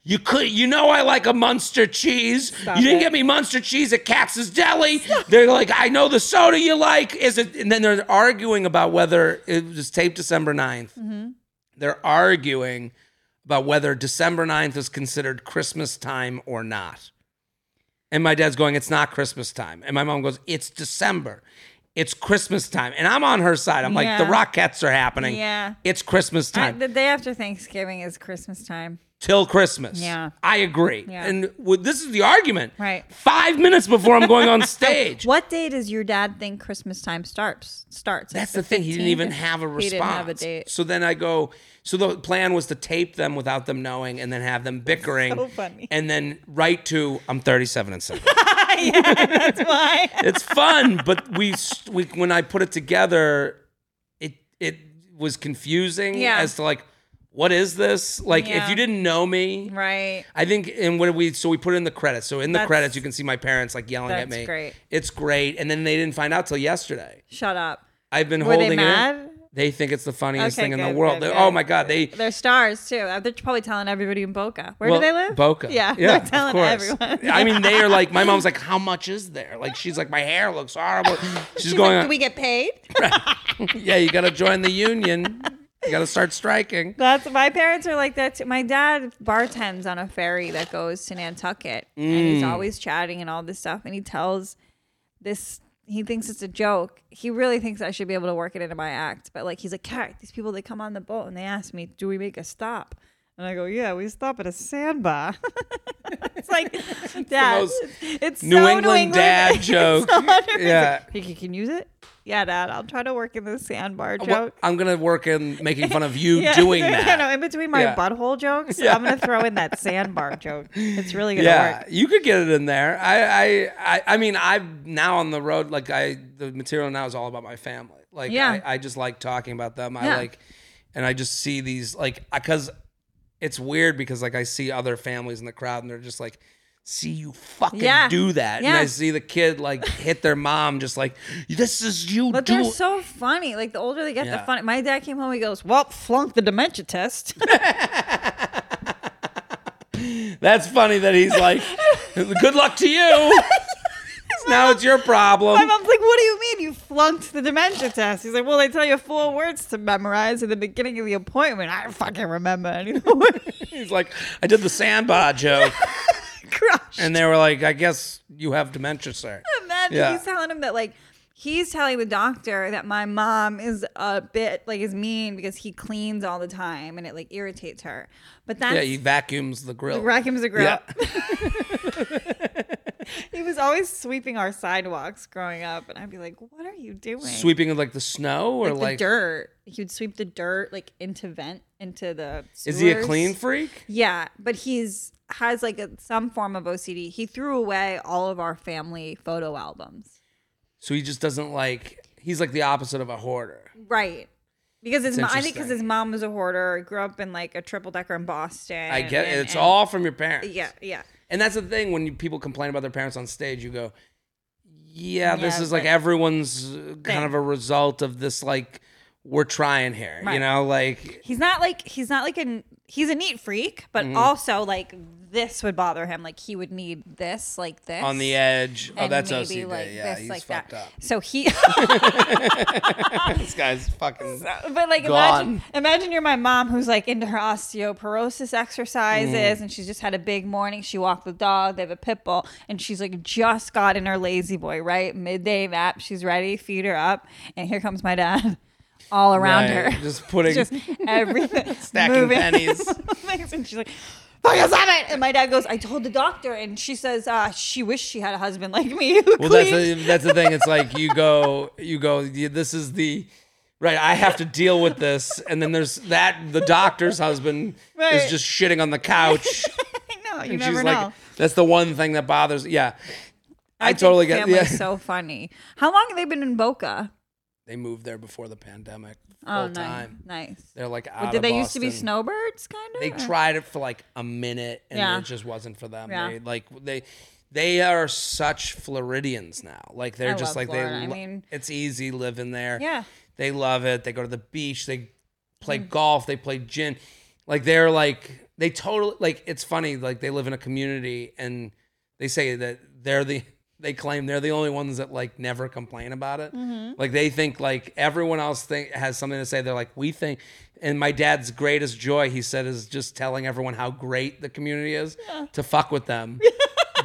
Speaker 3: You could, you know, I like a Munster cheese. you didn't
Speaker 2: it.
Speaker 3: get me Munster cheese at Katz's Deli. They're like, I know the soda you like. Is it? And then they're arguing about whether it was taped December 9th. They're arguing about whether December 9th is considered Christmas time or not. And my dad's going, It's not Christmas time. And my mom goes, It's December. It's Christmas time. And I'm on her side. I'm like, The
Speaker 2: Yeah.
Speaker 3: Rockettes are happening.
Speaker 2: Yeah.
Speaker 3: It's Christmas
Speaker 2: I-
Speaker 3: time
Speaker 2: the day after Thanksgiving is Christmas time.
Speaker 3: till Christmas.
Speaker 2: Yeah.
Speaker 3: I agree.
Speaker 2: Yeah.
Speaker 3: And with, this is the argument.
Speaker 2: Right.
Speaker 3: Five minutes before I'm going on stage.
Speaker 2: What day does your dad think Christmas time starts? Starts. Like
Speaker 3: That's the thing. He didn't
Speaker 2: 15th?
Speaker 3: even have a response.
Speaker 2: He didn't have a date.
Speaker 3: So then I go. So the plan was to tape them without them knowing, and then have them bickering,
Speaker 2: So funny.
Speaker 3: and then write to I'm 37 and 7.
Speaker 2: yeah, that's why.
Speaker 3: it's fun, but we, s- we when I put it together, it it was confusing
Speaker 2: Yeah.
Speaker 3: as to like what is this? Like if
Speaker 2: Yeah.
Speaker 3: you didn't know me,
Speaker 2: Right.
Speaker 3: I think, and what did we? So we put in the credits. So in the
Speaker 2: That's-
Speaker 3: credits, you can see my parents like yelling at
Speaker 2: that's
Speaker 3: me.
Speaker 2: great.
Speaker 3: It's great. And then they didn't find out till yesterday.
Speaker 2: Shut up.
Speaker 3: I've been
Speaker 2: Were
Speaker 3: holding
Speaker 2: they
Speaker 3: it. in.
Speaker 2: mad?
Speaker 3: They think it's the funniest
Speaker 2: Okay,
Speaker 3: thing in
Speaker 2: good,
Speaker 3: the world.
Speaker 2: good,
Speaker 3: They-
Speaker 2: good.
Speaker 3: Oh my god, they.
Speaker 2: They're stars too. Uh, They're probably telling everybody in Boca. Where
Speaker 3: well,
Speaker 2: do they live?
Speaker 3: Boca.
Speaker 2: Yeah,
Speaker 3: yeah
Speaker 2: they're
Speaker 3: of
Speaker 2: telling
Speaker 3: course.
Speaker 2: everyone.
Speaker 3: I mean, they are like. My mom's like, "How much is there?" Like she's like, "My hair looks horrible." She's,
Speaker 2: She's
Speaker 3: going,
Speaker 2: like, do we get paid?
Speaker 3: "Yeah, you got to join the union. You got to start striking."
Speaker 2: That's my parents are like that. Too. My dad bartends on a ferry that goes to Nantucket, and
Speaker 3: Mm.
Speaker 2: he's always chatting and all this stuff. And he tells this. He thinks it's a joke. He really thinks I should be able to work it into my act. But like, he's like, "Carrie, these people they come on the boat and they ask me, do we make a stop?" And I go, "Yeah, we stop at a sandbar." it's like, Dad,
Speaker 3: most
Speaker 2: it's
Speaker 3: New
Speaker 2: so
Speaker 3: England
Speaker 2: New England
Speaker 3: dad joke.
Speaker 2: So 100%.
Speaker 3: Yeah.
Speaker 2: Think you can use it? Yeah, Dad. I'll try to work in the sandbar joke.
Speaker 3: Well, I'm gonna work in making fun of you
Speaker 2: Yeah,
Speaker 3: doing
Speaker 2: you
Speaker 3: that.
Speaker 2: know, in between my
Speaker 3: Yeah.
Speaker 2: butthole jokes,
Speaker 3: Yeah.
Speaker 2: I'm gonna throw in that sandbar joke. It's really gonna
Speaker 3: yeah,
Speaker 2: work.
Speaker 3: you could get it in there. I, I, I, I mean, I'm now on the road. Like I, the material now is all about my family. Like,
Speaker 2: Yeah.
Speaker 3: I, I just like talking about them. I
Speaker 2: Yeah.
Speaker 3: like, and I just see these like, because it's weird because like I see other families in the crowd and they're just like, see you fucking
Speaker 2: Yeah.
Speaker 3: do that, and I
Speaker 2: Yeah.
Speaker 3: see the kid like hit their mom, just like, this is you
Speaker 2: But
Speaker 3: do.
Speaker 2: they're so funny. Like the older they get,
Speaker 3: Yeah.
Speaker 2: the funny. My dad came home. He goes, "Well, flunk the dementia test."
Speaker 3: That's funny that he's like, good luck to you. now it's your problem.
Speaker 2: my mom's like, "What do you mean you flunked the dementia test?" He's like, "Well, they tell you four words to memorize at the beginning of the appointment. I don't fucking remember any of the words."
Speaker 3: He's like, I did the sandbar joke.
Speaker 2: Crush.
Speaker 3: And they were like, I guess you have dementia, sir.
Speaker 2: And then
Speaker 3: Yeah.
Speaker 2: he's telling him that like he's telling the doctor that my mom is a bit like is mean because he cleans all the time and it like irritates her. But that's
Speaker 3: Yeah, he vacuums the grill.
Speaker 2: Rackham's a grill.
Speaker 3: Yeah.
Speaker 2: he was always sweeping our sidewalks growing up, and I'd be like, "What are you doing?"
Speaker 3: Sweeping of like the snow or
Speaker 2: like,
Speaker 3: like,
Speaker 2: the dirt. He would sweep the dirt like into vent into the.
Speaker 3: is he a
Speaker 2: sewers.
Speaker 3: clean freak?
Speaker 2: Yeah, but he's has like a, some form of OCD. He threw away all of our family photo albums.
Speaker 3: So he just doesn't like, he's like the opposite of a hoarder.
Speaker 2: Right. Because his mom, I think because
Speaker 3: interesting.
Speaker 2: his mom was a hoarder, grew up in like a triple decker in Boston.
Speaker 3: I get
Speaker 2: and-
Speaker 3: it. It's
Speaker 2: and-
Speaker 3: all from your parents.
Speaker 2: Yeah, yeah.
Speaker 3: And that's the thing when you, people complain about their parents on stage, you go, yeah, this
Speaker 2: Yeah,
Speaker 3: is like
Speaker 2: but-
Speaker 3: everyone's uh, kind of a result of this like we're trying here. You
Speaker 2: Right.
Speaker 3: know, like
Speaker 2: He's not like he's not like an he's a neat freak, but
Speaker 3: Mm-hmm.
Speaker 2: also like this would bother him. Like he would need this, like this
Speaker 3: on the edge. oh,
Speaker 2: and
Speaker 3: that's
Speaker 2: maybe,
Speaker 3: OCD.
Speaker 2: like,
Speaker 3: yeah,
Speaker 2: this,
Speaker 3: he's
Speaker 2: like
Speaker 3: fucked
Speaker 2: that.
Speaker 3: up.
Speaker 2: So he,
Speaker 3: This guy's fucking.
Speaker 2: but like imagine, imagine you're my mom who's like into her osteoporosis exercises,
Speaker 3: Mm.
Speaker 2: and she's just had a big morning. She walked the dog. They have a pit bull, and she's like just got in her lazy boy right midday nap. She's ready, feed her up, and here comes my dad, all around
Speaker 3: Right,
Speaker 2: her,
Speaker 3: just putting-
Speaker 2: just everything,
Speaker 3: Stacking
Speaker 2: moving.
Speaker 3: pennies.
Speaker 2: Things, and she's like. Fucking stop it! And my dad goes, I told the doctor, and she says, uh, she wished she had a husband like me. Who
Speaker 3: Well, that's
Speaker 2: cleaned."
Speaker 3: the, that's the thing. It's like you go, you go. y- This is the right. I have to deal with this, and then there's that. The doctor's husband
Speaker 2: Right.
Speaker 3: is just shitting on the couch.
Speaker 2: I know, you
Speaker 3: and
Speaker 2: never
Speaker 3: she's
Speaker 2: know.
Speaker 3: like, that's the one thing that bothers. Yeah, I, totally get.
Speaker 2: Family's
Speaker 3: Yeah,
Speaker 2: so funny. How long have they been in Boca?
Speaker 3: they moved there before the pandemic.
Speaker 2: Oh,
Speaker 3: full
Speaker 2: nice,
Speaker 3: time.
Speaker 2: nice.
Speaker 3: They're like out
Speaker 2: But did
Speaker 3: of
Speaker 2: they used to be
Speaker 3: Boston.
Speaker 2: snowbirds, kind of?
Speaker 3: They tried it for like a minute, and
Speaker 2: Yeah.
Speaker 3: it just wasn't for them.
Speaker 2: Yeah.
Speaker 3: They, like they. They are such Floridians now. Like they're
Speaker 2: I
Speaker 3: just
Speaker 2: love
Speaker 3: like
Speaker 2: Florida.
Speaker 3: they.
Speaker 2: I
Speaker 3: lo-
Speaker 2: mean-
Speaker 3: it's easy living there.
Speaker 2: Yeah.
Speaker 3: They love it. They go to the beach. They play
Speaker 2: Mm.
Speaker 3: golf. They play gin. Like they're like they totally like it's funny. Like they live in a community and they say that they're the they claim they're the only ones that like never complain about it.
Speaker 2: Mm-hmm.
Speaker 3: Like they think like everyone else think has something to say. They're like we think. And my dad's greatest joy, he said, is just telling everyone how great the community is to fuck with them.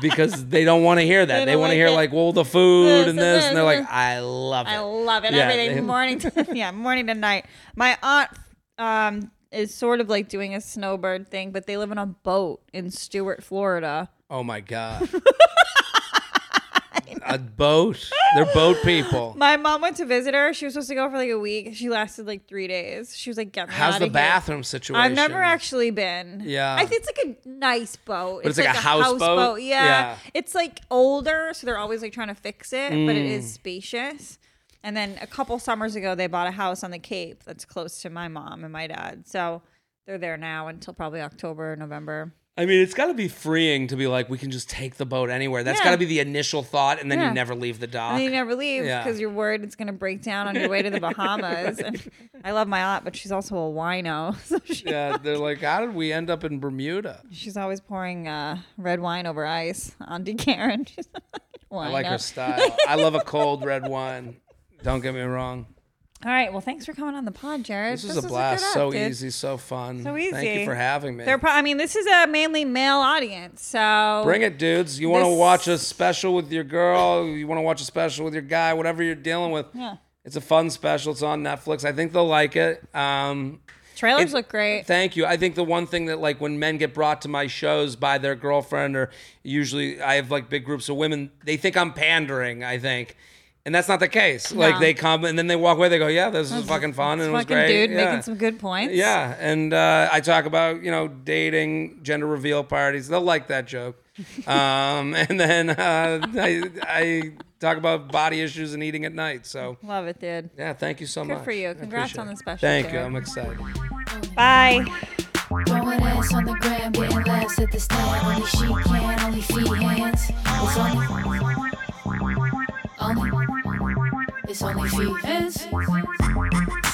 Speaker 3: because they don't want to hear that. They,
Speaker 2: don't
Speaker 3: want to
Speaker 2: like
Speaker 3: hear
Speaker 2: it.
Speaker 3: like, well, the food
Speaker 2: This
Speaker 3: and
Speaker 2: and
Speaker 3: this, and they're
Speaker 2: this
Speaker 3: like,
Speaker 2: and
Speaker 3: I love it.
Speaker 2: I love it
Speaker 3: Yeah,
Speaker 2: every day,
Speaker 3: they-
Speaker 2: morning to yeah, morning to night. My aunt um, is sort of like doing a snowbird thing, but they live on a boat in Stuart, Florida.
Speaker 3: Oh my god. a boat. They're boat people.
Speaker 2: My mom went to visit her. She was supposed to go for like a week. She lasted like three days. She was like, "Get me
Speaker 3: How's
Speaker 2: outta
Speaker 3: the
Speaker 2: here.
Speaker 3: bathroom situation?
Speaker 2: I've never actually been.
Speaker 3: Yeah.
Speaker 2: I think it's like a nice boat.
Speaker 3: But it's like a houseboat?
Speaker 2: Yeah.
Speaker 3: Yeah.
Speaker 2: It's like older, so they're always like trying to fix it, but it
Speaker 3: Mm.
Speaker 2: is spacious. And then a couple summers ago, they bought a house on the Cape that's close to my mom and my dad. So they're there now until probably October, November.
Speaker 3: I mean, it's got to be freeing to be like, we can just take the boat anywhere. That's
Speaker 2: Yeah.
Speaker 3: got to be the initial thought, and then
Speaker 2: Yeah.
Speaker 3: you never leave the dock.
Speaker 2: And then you never leave
Speaker 3: Yeah.
Speaker 2: because you're worried it's going to break down on your way to the Bahamas. And I love my aunt, but she's also a wino. So she,
Speaker 3: yeah, they're like, how did we end up in Bermuda?
Speaker 2: she's always pouring uh, red wine over ice on Karen. She's
Speaker 3: I like her style. I love a cold red wine. Don't get me wrong.
Speaker 2: All right. Well, thanks for coming on the pod, Jared.
Speaker 3: This, was
Speaker 2: was good
Speaker 3: a blast. so
Speaker 2: update.
Speaker 3: easy, so fun.
Speaker 2: So
Speaker 3: Thank
Speaker 2: easy.
Speaker 3: you for having me.
Speaker 2: They're pro- I mean, this is a mainly male audience, so
Speaker 3: Bring it, dudes. You want to
Speaker 2: This-
Speaker 3: watch a special with your girl, you want to watch a special with your guy, whatever you're dealing with.
Speaker 2: Yeah.
Speaker 3: It's a fun special. It's on Netflix. I think they'll like it. Um,
Speaker 2: trailers
Speaker 3: it-
Speaker 2: look great.
Speaker 3: Thank you. I think the one thing that like when men get brought to my shows by their girlfriend or usually I have like big groups of women, they think I'm pandering, I think. And that's not the case. Like
Speaker 2: No.
Speaker 3: they come and then they walk away, they go, Yeah, this was fucking fun and it was
Speaker 2: Fucking
Speaker 3: great.
Speaker 2: dude,
Speaker 3: yeah.
Speaker 2: making some good points.
Speaker 3: Yeah, and uh, I talk about you know dating, gender reveal parties. They'll like that joke. Um, and then uh, I, I talk about body issues and eating at night. So
Speaker 2: love it, dude.
Speaker 3: yeah, thank you so
Speaker 2: Good
Speaker 3: much.
Speaker 2: for you.
Speaker 3: I
Speaker 2: Congrats
Speaker 3: appreciate
Speaker 2: on
Speaker 3: it.
Speaker 2: the special,
Speaker 3: Thank you.
Speaker 2: Jared.
Speaker 3: I'm excited.
Speaker 2: Bye.
Speaker 1: Throwing ass on the gram, getting laughs at the stand. Only she can, only feet, hands. It's only, only, it's only feet, hands.